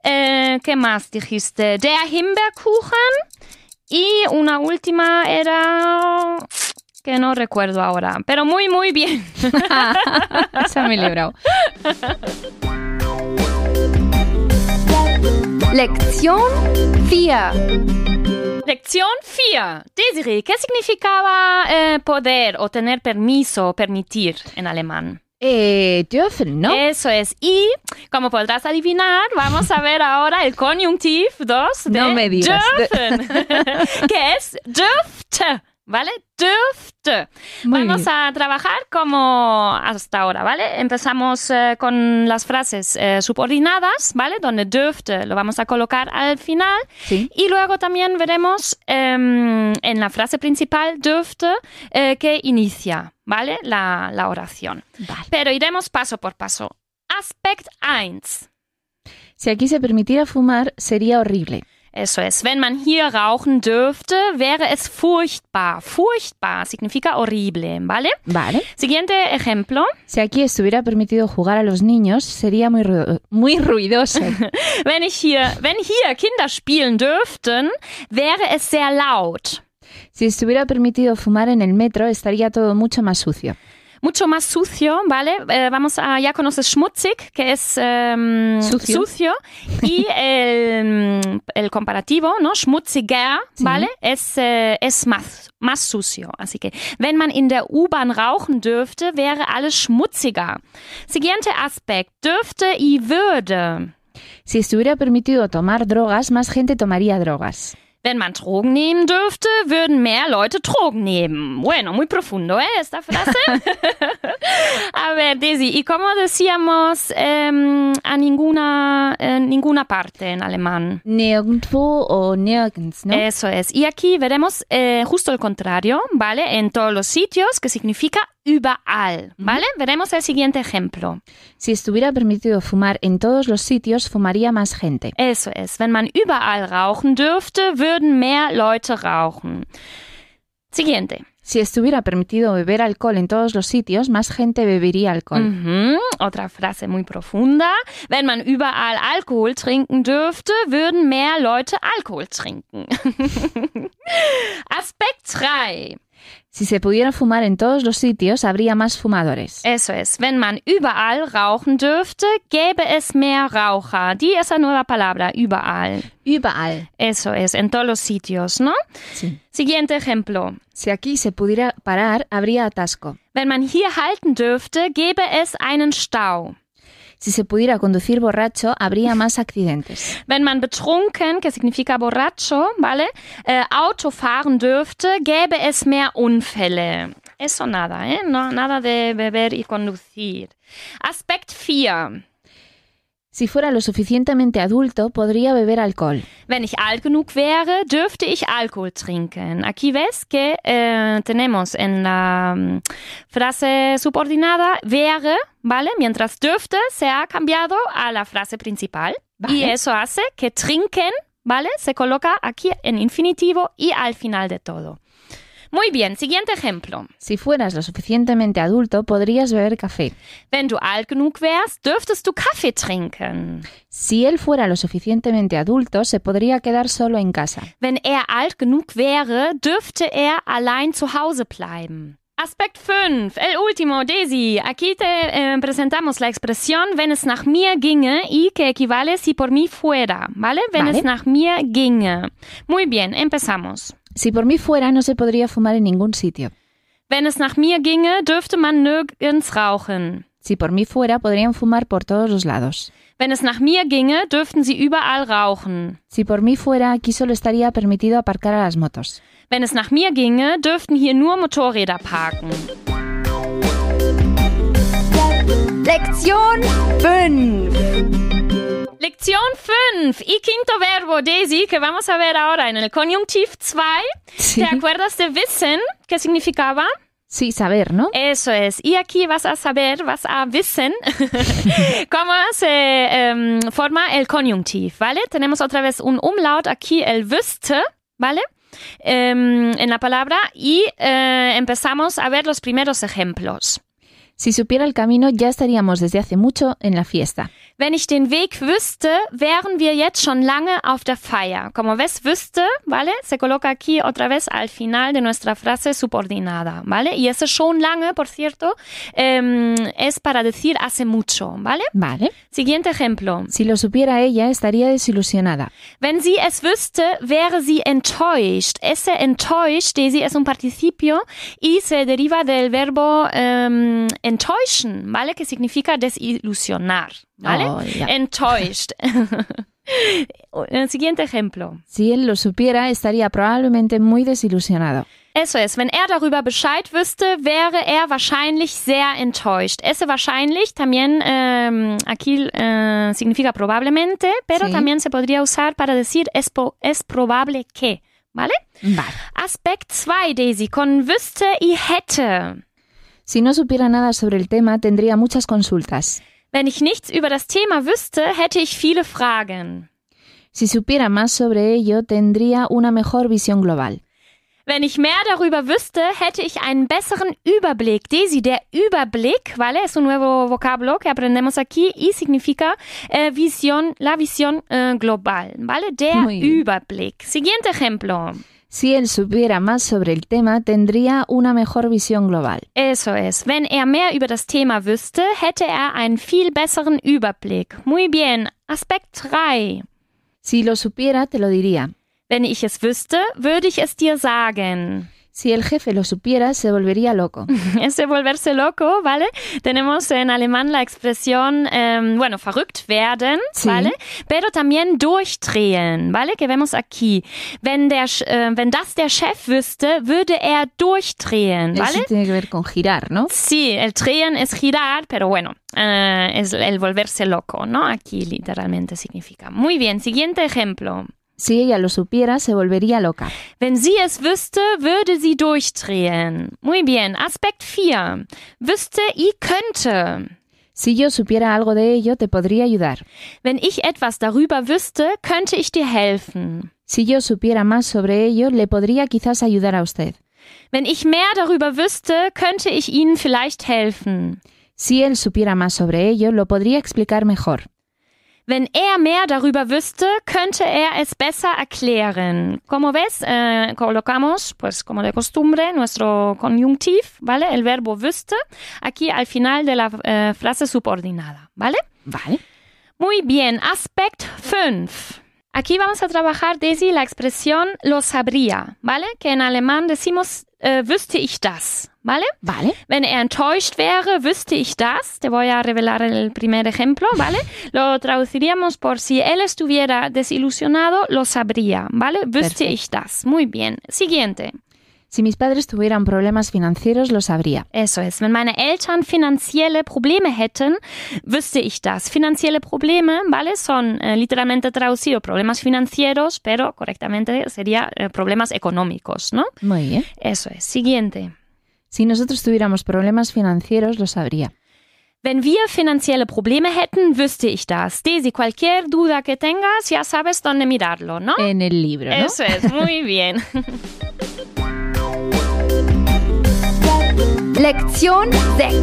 B: Eh, ¿Qué más dijiste? Der Himbeerkuchen. Y una última era... Que no recuerdo ahora. Pero muy, muy bien.
E: Esa me he librado.
A: Lektion 4.
B: Lección 4. Desiree, ¿qué significaba eh, poder o tener permiso, permitir en alemán?
E: Eh, dürfen, ¿no?
B: Eso es. Y como podrás adivinar, vamos a ver ahora el conjuntivo 2 de
E: No me digas.
B: dürfen, que es dürfte, ¿vale? Dürfte.
E: Muy
B: vamos
E: bien.
B: a trabajar como hasta ahora, ¿vale? Empezamos eh, con las frases eh, subordinadas, ¿vale? Donde dürfte lo vamos a colocar al final.
E: Sí.
B: Y luego también veremos em, en la frase principal dürfte eh, que inicia, ¿vale? La, la oración.
E: Vale.
B: Pero iremos paso por paso. Aspekt 1.
E: Si aquí se permitiera fumar, sería horrible.
B: Eso es. Wenn man hier rauchen dürfte, wäre es furchtbar. Furchtbar significa horrible, ¿vale?
E: Vale.
B: Siguiente ejemplo.
E: Si aquí estuviera permitido jugar a los niños, sería muy, ru- muy ruidoso.
B: Wenn ich hier, wenn hier Kinder spielen dürften, wäre es sehr laut.
E: si estuviera permitido fumar en el metro, estaría todo mucho más sucio.
B: Mucho más sucio, ¿vale? Eh, vamos a, ya conoces schmutzig, que es em,
E: Sucio.
B: Y el, el comparativo, ¿no? Schmutziger, ¿vale? Es, eh, es más, más sucio. Así que, wenn man in der U-Bahn rauchen dürfte, wäre alles schmutziger. Siguiente Aspekt, dürfte y würde.
E: Si estuviera permitido tomar drogas, más gente tomaría drogas.
B: Wenn man Drogen nehmen dürfte, würden mehr Leute Drogen nehmen. Bueno, muy profundo, ¿eh? Esta frase. A ver, Desi, ¿y cómo decíamos em, a ninguna, eh, ninguna parte en alemán?
E: Nirgendwo o nirgends, ¿no?
B: Eso es. Y aquí veremos eh, justo el contrario, ¿vale? En todos los sitios, que significa überall, ¿vale? Veremos el siguiente ejemplo.
E: Si estuviera permitido fumar en todos los sitios, fumaría más gente.
B: Eso es. Wenn man überall rauchen dürfte, würden mehr Leute rauchen. Siguiente.
E: Si estuviera permitido beber alcohol en todos los sitios, más gente bebería alcohol.
B: Mhm. Otra Frase muy profunda. Wenn man überall Alkohol trinken dürfte, würden mehr Leute Alkohol trinken. Aspekt 3.
E: Si se pudiera fumar en todos los sitios, habría más fumadores.
B: Eso es. Wenn man überall rauchen dürfte, gäbe es mehr Raucher. Die es a nueva palabra. Überall.
E: Überall.
B: Eso es. En todos los sitios, ¿no?
E: Sí.
B: Siguiente ejemplo.
E: Si aquí se pudiera parar, habría atasco.
B: Wenn man hier halten dürfte, gäbe es einen Stau.
E: Si se pudiera conducir borracho, habría más accidentes.
B: Wenn man betrunken, que significa borracho, ¿vale? Äh, Auto fahren dürfte, gäbe es mehr Unfälle. Eso nada, ¿eh? No, nada de beber y conducir. Aspekt 4.
E: Si fuera lo suficientemente adulto, podría beber alcohol.
B: Wenn ich alt genug wäre, dürfte ich Alkohol trinken. Aquí ves que eh, tenemos en la mm, frase subordinada wäre, ¿vale? Mientras dürfte se ha cambiado a la frase principal. Y eso hace que trinken, ¿vale? Se coloca aquí en infinitivo y al final de todo. Muy bien, siguiente ejemplo.
E: Si fueras lo suficientemente adulto, podrías beber café.
B: Wenn du alt genug wärst, dürftest du Kaffee trinken.
E: Si él fuera lo suficientemente adulto, se podría quedar solo en casa.
B: Wenn er alt genug wäre, dürfte er allein zu Hause bleiben. Aspekt 5. El último, Daisy. Aquí te eh, presentamos la expresión wenn es nach mir ginge y que equivale si por mí fuera, ¿vale? Wenn
E: Vale.
B: es nach mir ginge. Muy bien, empezamos.
E: Si por mí fuera, no se podría fumar en ningún sitio.
B: Wenn es nach mir ginge, dürfte man nirgends rauchen.
E: Si por mí fuera, podrían fumar por todos los lados.
B: Wenn es nach mir ginge, dürften sie überall rauchen.
E: Si por mí fuera, aquí solo estaría permitido aparcar a las motos.
B: Wenn es nach mir ginge, dürften hier nur Motorräder parken.
A: Lektion 5.
B: Lección 5 y quinto verbo, Daisy, que vamos a ver ahora en el Konjunktiv 2.
E: Sí.
B: ¿Te acuerdas de wissen? ¿Qué significaba?
E: Sí, saber, ¿no?
B: Eso es. Y aquí vas a saber, vas a wissen, cómo se em, forma el Konjunktiv, ¿vale? Tenemos otra vez un umlaut aquí, el wüsste, ¿vale? Em, en la palabra y eh, empezamos a ver los primeros ejemplos.
E: Si supiera el camino, ya estaríamos desde hace mucho en la fiesta.
B: Wenn ich den Weg wüsste, wären wir jetzt schon lange auf der Feier. Como ves, wüsste, ¿vale? Se coloca aquí otra vez al final de nuestra frase subordinada, ¿vale? Y ese schon lange, por cierto, em, es para decir hace mucho, ¿vale?
E: Vale.
B: Siguiente ejemplo.
E: Si lo supiera ella, estaría desilusionada.
B: Wenn sie es wüsste, wäre sie enttäuscht. Ese enttäuscht, Daisy, es un participio y se deriva del verbo em, enttäuschen, ¿vale? Que significa desilusionar, ¿vale?
E: Oh, ya.
B: Enttäuscht. El siguiente ejemplo.
E: Si él lo supiera, estaría probablemente muy desilusionado.
B: Eso es, wenn er darüber Bescheid wüsste, wäre er wahrscheinlich sehr enttäuscht. Ese wahrscheinlich también ähm, aquí eh, significa probablemente, pero
E: Sí.
B: también se podría usar para decir es, po- es probable que, ¿vale?
E: Vale.
B: Aspekt 2, Daisy, con wüsste y hätte.
E: Si no supiera nada sobre el tema, tendría muchas consultas.
B: Wenn ich nichts über das Thema wüsste, hätte ich viele Fragen.
E: Si supiera más sobre ello, tendría una mejor visión global.
B: Wenn ich mehr darüber wüsste, hätte ich einen besseren Überblick. Daisy, der Überblick, ¿vale? Es un nuevo vocablo que aprendemos aquí y significa eh, visión, la visión eh, global, ¿vale? Der
E: Muy bien.
B: Überblick. Siguiente ejemplo.
E: Si él supiera más sobre el tema, tendría una mejor visión global.
B: Eso es. Wenn er mehr über das Thema wüsste, hätte er einen viel besseren Überblick. Muy bien. Aspekt 3.
E: Si lo supiera, te lo diría.
B: Wenn ich es wüsste, würde ich es dir sagen.
E: Si el jefe lo supiera, se volvería loco.
B: Ese volverse loco, ¿vale? Tenemos en alemán la expresión, em, bueno, verrückt werden,
E: Sí.
B: ¿vale? Pero también durchdrehen, ¿vale? Que vemos aquí. Wenn, der, Sch- äh, wenn das der Chef wüsste, würde er durchdrehen,
E: Eso
B: ¿vale?
E: tiene que ver con girar, ¿no?
B: Sí, el drehen es girar, pero bueno, eh, es el volverse loco, ¿no? Aquí literalmente significa. Muy bien, siguiente ejemplo.
E: Si ella lo supiera, se volvería loca.
B: Wenn sie es wüsste, würde sie durchdrehen. Muy bien. Aspekt 4. Wüsste y könnte.
E: Si yo supiera algo de ello, te podría ayudar.
B: Wenn ich etwas darüber wüsste, könnte ich dir helfen.
E: Si yo supiera más sobre ello, le podría quizás ayudar a usted.
B: Wenn ich mehr darüber wüsste, könnte ich ihnen vielleicht helfen.
E: Si él supiera más sobre ello, lo podría explicar mejor.
B: Wenn er mehr darüber wüsste, könnte er es besser erklären. Como ves, eh, colocamos, pues como de costumbre, nuestro conjuntiv, ¿vale? El verbo wüsste, aquí al final de la eh, frase subordinada, ¿vale?
E: Vale.
B: Muy bien, Aspekt 5. Aquí vamos a trabajar, Daisy, la expresión lo sabría, ¿vale? Que en alemán decimos, eh, wüsste ich das, ¿vale?
E: Vale.
B: Wenn er enttäuscht wäre, wüsste ich das. Te voy a revelar el primer ejemplo, ¿vale? Lo traduciríamos por si él estuviera desilusionado, lo sabría, ¿vale?
E: Perfecto.
B: Wüsste ich das. Muy bien. Siguiente.
E: Si mis padres tuvieran problemas financieros, lo sabría.
B: Eso es. Wenn meine Eltern finanzielle Probleme hätten, wüsste ich das. Finanzielle Probleme, ¿vale? Son eh, literalmente traducido problemas financieros, pero correctamente sería eh, problemas económicos, ¿no?
E: Muy bien.
B: Eso es. Siguiente.
E: Si nosotros tuviéramos problemas financieros, lo sabría.
B: Wenn wir finanzielle Probleme hätten, wüsste ich das. Daisy, cualquier duda que tengas, ya sabes dónde mirarlo, ¿no?
E: En el libro, ¿no?
B: Eso es, muy bien.
A: Lektion 6.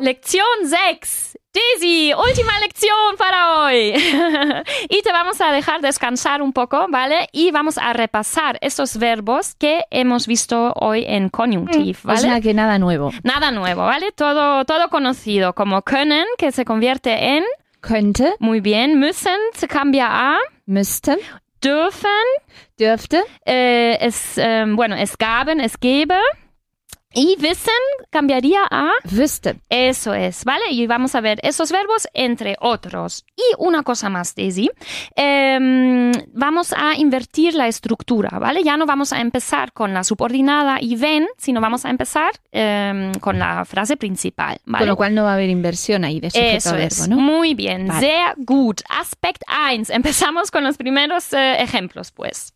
B: Lección 6. Daisy, última lección para hoy. y te vamos a dejar descansar un poco, ¿vale? Y vamos a repasar estos verbos que hemos visto hoy en conjuntiv,
E: O
B: ¿vale?
E: sea que nada nuevo.
B: Nada nuevo, ¿vale? Todo, todo conocido, como können, que se convierte en,
E: Könnte,
B: muy bien, müssen, se cambia a,
E: müsste,
B: dürfen,
E: dürfte,
B: eh, es, eh, bueno, es gaben, es gebe. Y wissen cambiaría a
E: wüsste.
B: eso es, ¿vale? Y vamos a ver esos verbos entre otros. Y una cosa más, Daisy. Em, vamos a invertir la estructura, ¿vale? Ya no vamos a empezar con la subordinada y ven, sino vamos a empezar em, con la frase principal, ¿vale?
E: Con lo cual no va a haber inversión ahí de sujeto
B: Eso
E: a verbo,
B: es.
E: ¿no?
B: Muy bien,
E: Vale.
B: sehr gut. Aspekt 1. Empezamos con los primeros eh, ejemplos, pues.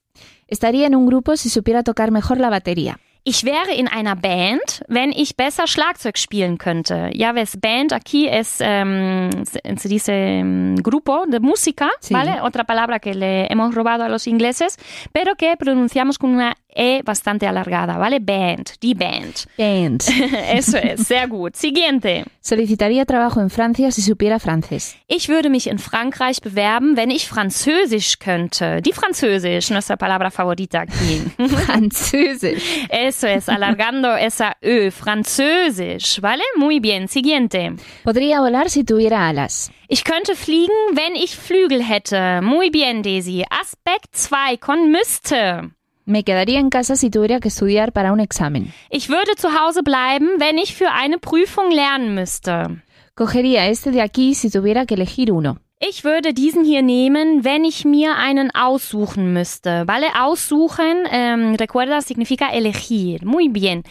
E: Estaría en un grupo si supiera tocar mejor la batería.
B: Ich wäre in einer Band, wenn ich besser Schlagzeug spielen könnte. Ya ves, Band aquí es, ähm, se- se dice ähm, grupo de música,
E: Sí.
B: ¿vale? Otra palabra que le hemos robado a los ingleses, pero que pronunciamos con una E bastante alargada, ¿vale? Band, die Band.
E: Band.
B: Eso es, sehr gut. Siguiente.
E: Solicitaría trabajo en Francia si supiera francés.
B: Ich würde mich in Frankreich bewerben, wenn ich Französisch könnte. Die Französisch, nuestra palabra favorita aquí.
E: Französisch.
B: Eso es, alargando esa Ö, französisch, ¿vale? Muy bien, siguiente.
E: Podría volar si tuviera alas.
B: Ich könnte fliegen, wenn ich Flügel hätte. Muy bien, Daisy. Aspekt 2, con müsste.
E: Me quedaría en casa si tuviera que estudiar para un examen.
B: Ich würde zu Hause bleiben, wenn ich für eine Prüfung lernen müsste.
E: Cogería este de aquí si tuviera que elegir uno.
B: Ich würde diesen hier nehmen, wenn ich mir einen aussuchen müsste. Vale, aussuchen, ähm, recuerda, significa elegir. Muy bien.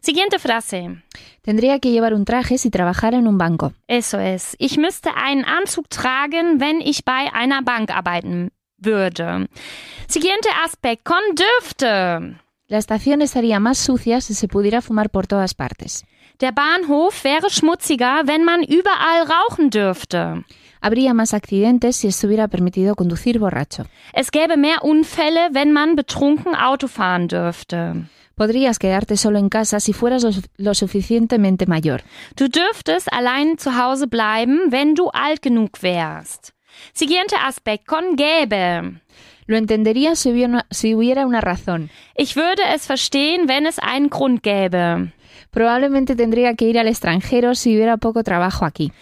B: Siguiente frase.
E: Tendría que llevar un traje si trabajara en un banco.
B: Eso es. Ich müsste einen Anzug tragen, wenn ich bei einer Bank arbeiten würde. Siguiente Aspekt, con dürfte.
E: La estación estaría más sucia si se pudiera fumar por todas partes.
B: Der Bahnhof wäre schmutziger, wenn man überall rauchen dürfte.
E: Habría más accidentes si estuviera permitido conducir borracho.
B: Es gäbe mehr Unfälle, wenn man betrunken Auto fahren dürfte.
E: Podrías quedarte solo en casa si fueras lo, su- lo suficientemente mayor.
B: Du dürftest allein zu Hause bleiben, wenn du alt genug wärst. Siguiente Aspekt, con gäbe.
E: Lo entendería si hubiera una, si hubiera una razón.
B: Ich würde es verstehen, wenn es einen Grund gäbe.
E: Probablemente tendría que ir al extranjero si hubiera poco trabajo aquí.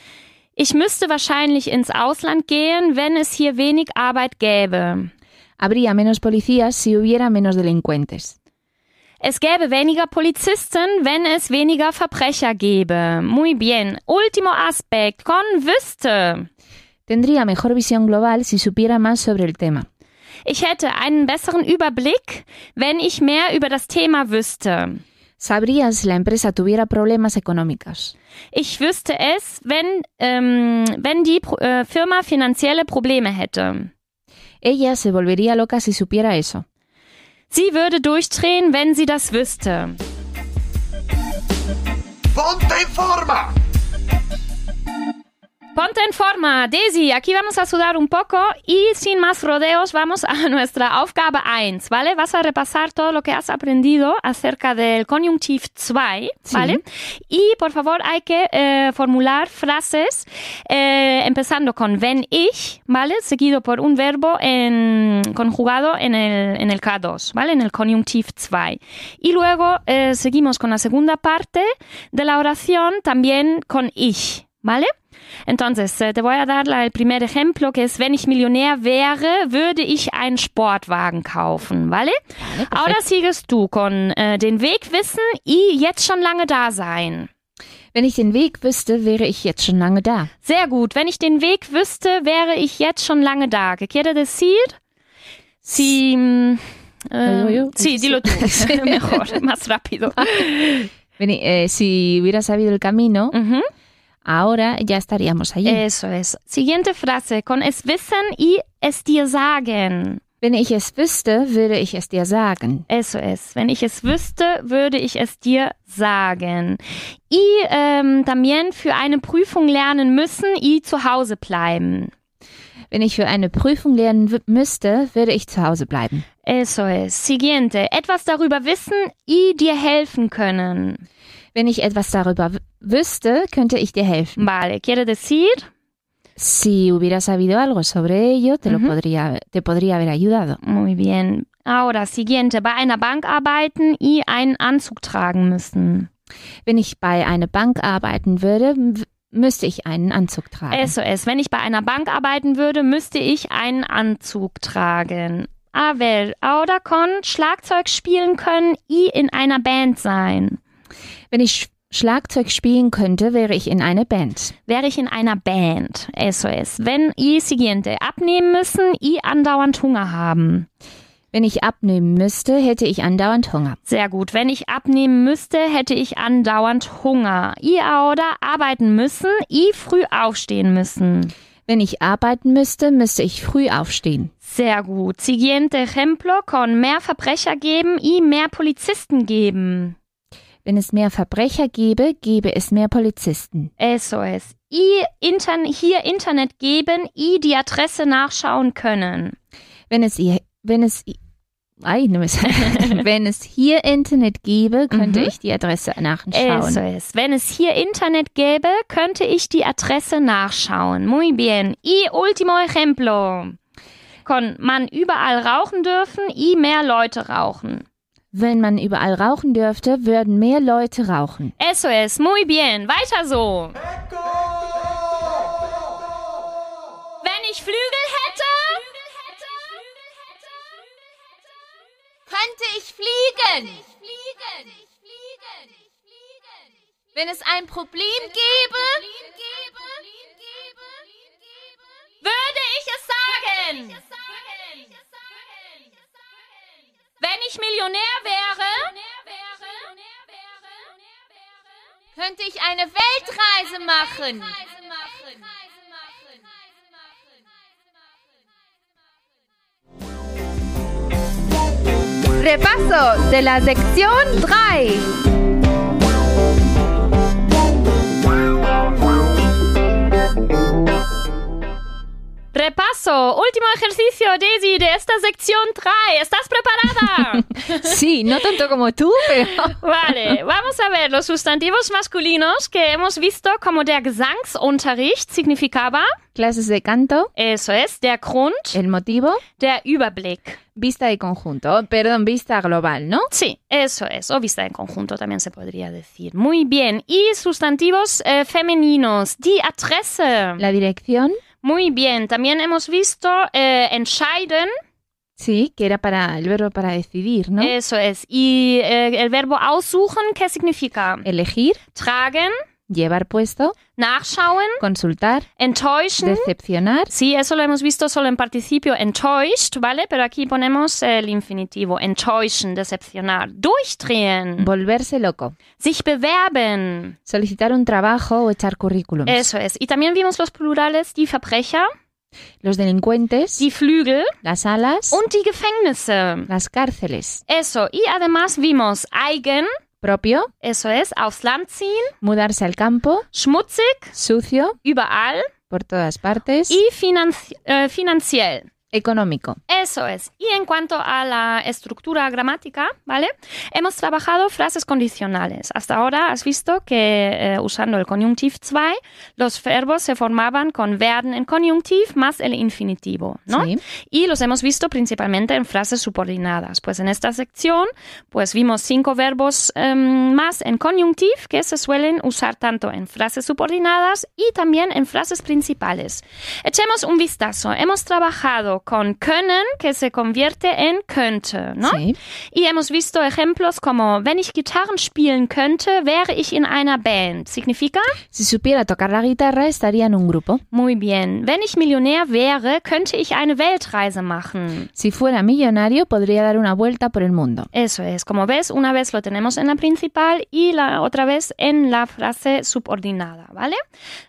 B: Ich müsste wahrscheinlich ins Ausland gehen, wenn es hier wenig Arbeit gäbe.
E: Habría menos policías si hubiera menos delincuentes.
B: Es gäbe weniger Polizisten, wenn es weniger Verbrecher gäbe. Muy bien. Último aspect. Con wüsste.
E: Tendría mejor visión global si supiera más sobre el tema.
B: Ich hätte einen besseren Überblick, wenn ich mehr über das Thema wüsste.
E: Sabría si la empresa tuviera problemas económicos.
B: Ich wüsste es, wenn, ähm, wenn die Pro äh, Firma finanzielle Probleme hätte.
E: Ella se volvería loca si supiera eso.
B: Sie würde durchdrehen, wenn sie das wüsste.
H: ¡Ponte en forma!
B: Ponte en forma, Daisy. Aquí vamos a sudar un poco y sin más rodeos vamos a nuestra Aufgabe 1, ¿vale? Vas a repasar todo lo que has aprendido acerca del Konjunktiv 2, ¿vale? Y por favor hay que eh, formular frases eh, empezando con wenn ich, ¿vale? Seguido por un verbo en, conjugado en el, en el K2, ¿vale? En el Konjunktiv 2. Y luego eh, seguimos con la segunda parte de la oración también con ich, ¿vale? Entonces, eh, te voy a dar la- el primer ejemplo, que es, wenn ich Millionär wäre, würde ich einen Sportwagen kaufen, ¿vale? Ahora sigues tú con eh, den Weg wissen y jetzt schon lange da sein.
E: Wenn ich den Weg wüsste, wäre ich jetzt schon lange da.
B: Sehr gut. Wenn ich den Weg wüsste, wäre ich jetzt schon lange da. ¿Qué quiere decir? Si... mm, eh,
E: Oye, oye,
B: sí, Ah, dilo tú. Mejor, más rápido.
E: Wenn ich, eh, si hubiera sabido el camino,
B: Mhm.
E: ahora ya estaríamos allí.
B: Eso es. Siguiente frase, con es wissen y es dir sagen.
E: Wenn ich es wüsste, würde ich es dir sagen.
B: Eso es. Wenn ich es wüsste, würde ich es dir sagen. Y ähm, también für eine Prüfung lernen müssen y zu Hause bleiben.
E: Wenn ich für eine Prüfung lernen w- müsste, würde ich zu Hause bleiben.
B: Eso es. Siguiente. Etwas darüber wissen y dir helfen können.
E: Wenn ich etwas darüber w- wüsste, könnte ich dir helfen.
B: Vale. Quiere decir?
E: Si hubiera sabido algo sobre ello, te,
B: Mhm.
E: lo podría, te podría haber ayudado.
B: Muy bien. Ahora, siguiente. Bei einer Bank arbeiten y einen Anzug tragen müssen.
E: Wenn ich bei einer Bank arbeiten würde, w- müsste ich einen Anzug tragen.
B: Eso es. Wenn ich bei einer Bank arbeiten würde, müsste ich einen Anzug tragen. A ver, ahora con Schlagzeug spielen können, i in einer Band sein.
E: Wenn ich Sch- Schlagzeug spielen könnte, wäre ich in einer Band.
B: Wäre ich in einer Band, eso es. Wenn i siguiente abnehmen müssen, i andauernd Hunger haben.
E: Wenn ich abnehmen müsste, hätte ich andauernd Hunger.
B: Sehr gut. Wenn ich abnehmen müsste, hätte ich andauernd Hunger. I ahora arbeiten müssen, i früh aufstehen müssen.
E: Wenn ich arbeiten müsste, müsste ich früh aufstehen.
B: Sehr gut. Siguiente ejemplo con mehr Verbrecher geben, i mehr Polizisten geben.
E: Wenn es mehr Verbrecher gäbe, gäbe es mehr Polizisten.
B: Eso es. I intern hier Internet geben, i die Adresse nachschauen können.
E: Wenn es ihr, wenn es, i- Ei, nimm es. wenn es hier Internet gäbe, könnte
B: Mhm.
E: ich die Adresse
B: Eso
E: nachschauen.
B: es. Wenn es hier Internet gäbe, könnte ich die Adresse nachschauen. Muy bien. Y último ejemplo. Kon man überall rauchen dürfen, i mehr Leute rauchen.
E: Wenn man überall rauchen dürfte, würden mehr Leute rauchen.
B: Eso es. Muy bien. Weiter so. Wenn ich Flügel hätte.
C: Könnte ich fliegen? Wenn es ein Problem gäbe,
B: würde ich es sagen. Wenn ich Millionär wäre,
C: könnte ich eine Weltreise machen.
A: Repaso de la sección 3.
B: repaso, último ejercicio, Daisy, de esta sección 3. ¿Estás preparada?
E: Sí, no tanto como tú, pero.
B: Vale, vamos a ver los sustantivos masculinos que hemos visto como der Gesangsunterricht significaba.
E: Clases de canto,
B: Eso es, der Grund,
E: el motivo,
B: der Überblick.
E: vista de conjunto, perdón, vista global, ¿no?
B: Sí, eso es. O vista en conjunto también se podría decir. Muy bien. Y sustantivos eh, femeninos. Die Adresse.
E: La dirección,
B: Muy bien. También hemos visto eh, entscheiden.
E: Sí, que era para el verbo para decidir, ¿no?
B: Eso es. Y eh, el verbo aussuchen, ¿qué significa?
E: Eh. Elegir,
B: Tragen,
E: llevar puesto,
B: nachschauen,
E: consultar,
B: enttäuschen.
E: decepcionar,
B: Sí, eso lo hemos visto solo en participio enttäuscht, ¿vale? Pero aquí ponemos el infinitivo. Enttäuschen, decepcionar. Durchdrehen,
E: volverse loco,
B: sich bewerben.
E: solicitar un trabajo o echar currículums.
B: Eso es. Y también vimos los plurales, die Verbrecher,
E: Los delincuentes,
B: die Flügel
E: las alas,
B: und die Gefängnisse.
E: las cárceles,
B: Eso. Y además vimos eigen,
E: propio,
B: eso es, aufs Land ziehen,
E: mudarse al campo,
B: schmutzig,
E: sucio,
B: überall
E: por todas partes,
B: y financi- eh, financiell.
E: económico.
B: Eso es. Y en cuanto a la estructura gramática, ¿vale? Hemos trabajado frases condicionales. Hasta ahora has visto que eh, usando el Konjunktiv 2, los verbos se formaban con werden en Konjunktiv más el infinitivo, ¿no?
E: Sí.
B: Y los hemos visto principalmente en frases subordinadas. Pues en esta sección, pues vimos cinco verbos em, más en Konjunktiv que se suelen usar tanto en frases subordinadas y también en frases principales. Echemos un vistazo. Hemos trabajado con können, que se convierte en könnte, ¿no?
E: Sí.
B: Y hemos visto ejemplos como, wenn ich Gitarren spielen könnte, wäre ich in einer Band. ¿Significa?
E: Si supiera tocar la guitarra, estaría en un grupo.
B: Muy bien. Wenn ich Millionär wäre, könnte ich eine Weltreise machen.
E: Si fuera millonario, podría dar una vuelta por el mundo.
B: Eso es, como ves, una vez lo tenemos en la principal y la otra vez en la frase subordinada, ¿vale?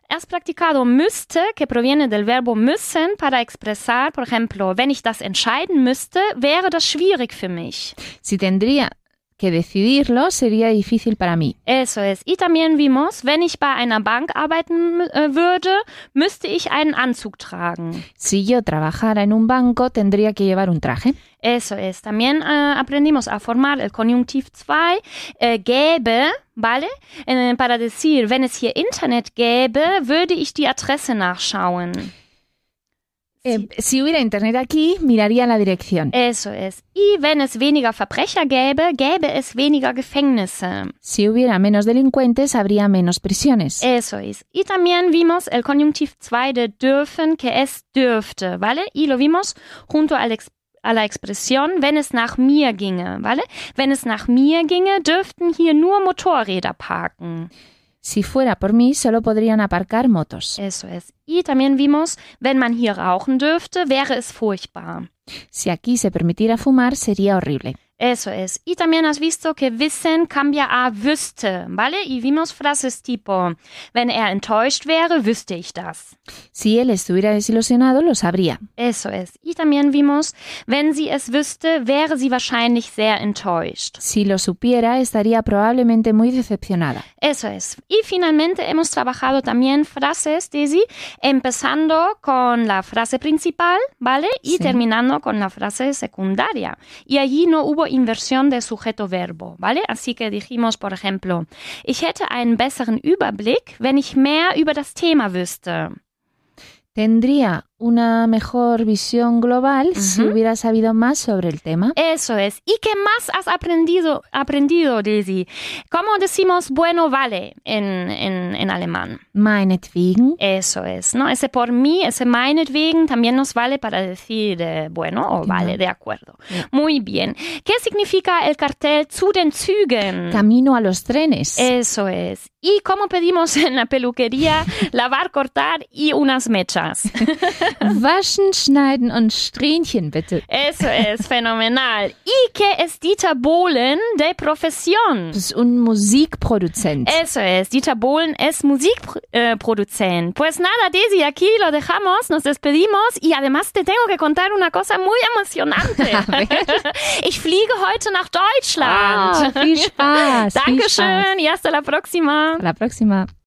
B: Has practicado müsste, que proviene del verbo müssen, para expresar, por ejemplo, wenn ich das entscheiden müsste, wäre das schwierig für mich.
E: Si tendría que decidirlo, sería difícil para mí.
B: Eso es. Y también vimos, wenn ich bei einer Bank arbeiten äh, würde, müsste ich einen Anzug tragen.
E: Si yo trabajara en un banco, tendría que llevar un traje.
B: Eso es. También eh, aprendimos a formar el Konjunktiv 2, äh, gäbe, ¿vale? Eh, para decir, wenn es hier Internet gäbe, würde ich die Adresse nachschauen.
E: Eh, si hubiera internet aquí, miraría la dirección.
B: Eso es. Y wenn es weniger Verbrecher gäbe, gäbe es weniger Gefängnisse.
E: Si hubiera menos delincuentes, habría menos prisiones.
B: Eso es. Y también vimos el Konjunktiv 2 de dürfen, que es dürfte, ¿vale? Y lo vimos junto al ex- a la expresión, wenn es nach mir ginge, ¿vale? Wenn es nach mir ginge, dürften hier nur Motorräder parken.
E: Si fuera por mí, solo podrían aparcar motos.
B: Eso es. Y también vimos, wenn man hier rauchen dürfte, wäre es furchtbar.
E: Si aquí se permitiera fumar, sería horrible.
B: Eso es. Y también has visto que wissen cambia a wüsste, ¿vale? Y vimos frases tipo, wenn er enttäuscht wäre, wüsste ich das.
E: Si él estuviera desilusionado, lo sabría.
B: Eso es. Y también vimos, wenn sie es wüsste, wäre sie wahrscheinlich sehr enttäuscht.
E: Si lo supiera, estaría probablemente muy decepcionada.
B: Eso es. Y finalmente hemos trabajado también frases, Daisy, empezando con la frase principal, ¿vale? Y
E: Sí.
B: terminando con la frase secundaria. Y allí no hubo inversión de sujeto-verbo, ¿vale? Así que dijimos, por ejemplo, ich hätte einen besseren Überblick, wenn ich mehr über das Thema wüsste.
E: Tendría una mejor visión global si
B: Ujú.
E: hubiera sabido más sobre el tema.
B: Eso es. ¿Y qué más has aprendido, aprendido Daisy? ¿Cómo decimos bueno vale en, en, en alemán?
E: Meinetwegen,
B: Eso es, ¿no? Ese por mí, ese meinetwegen también nos vale para decir, eh, bueno, o vale, de acuerdo. Muy bien. ¿Qué significa el cartel zu den Zügen?
E: camino a los trenes.
B: Eso es. ¿Y cómo pedimos en la peluquería lavar, cortar y unas mechas?
E: Waschen, schneiden und Strähnchen, bitte.
B: Eso es, fenomenal. ¿Y qué es Dieter Bohlen de profesión?
E: Es un Musikproduzent.
B: Eso es, Dieter Bohlen es musikproducent. pues nada, Daisy, aquí lo dejamos, nos despedimos y además te tengo que contar una cosa muy emocionante. ich fliege heute nach Deutschland.
E: Ah, viel Spaß. viel Spaß.
B: Dankeschön y hasta la próxima.
E: Hasta la próxima.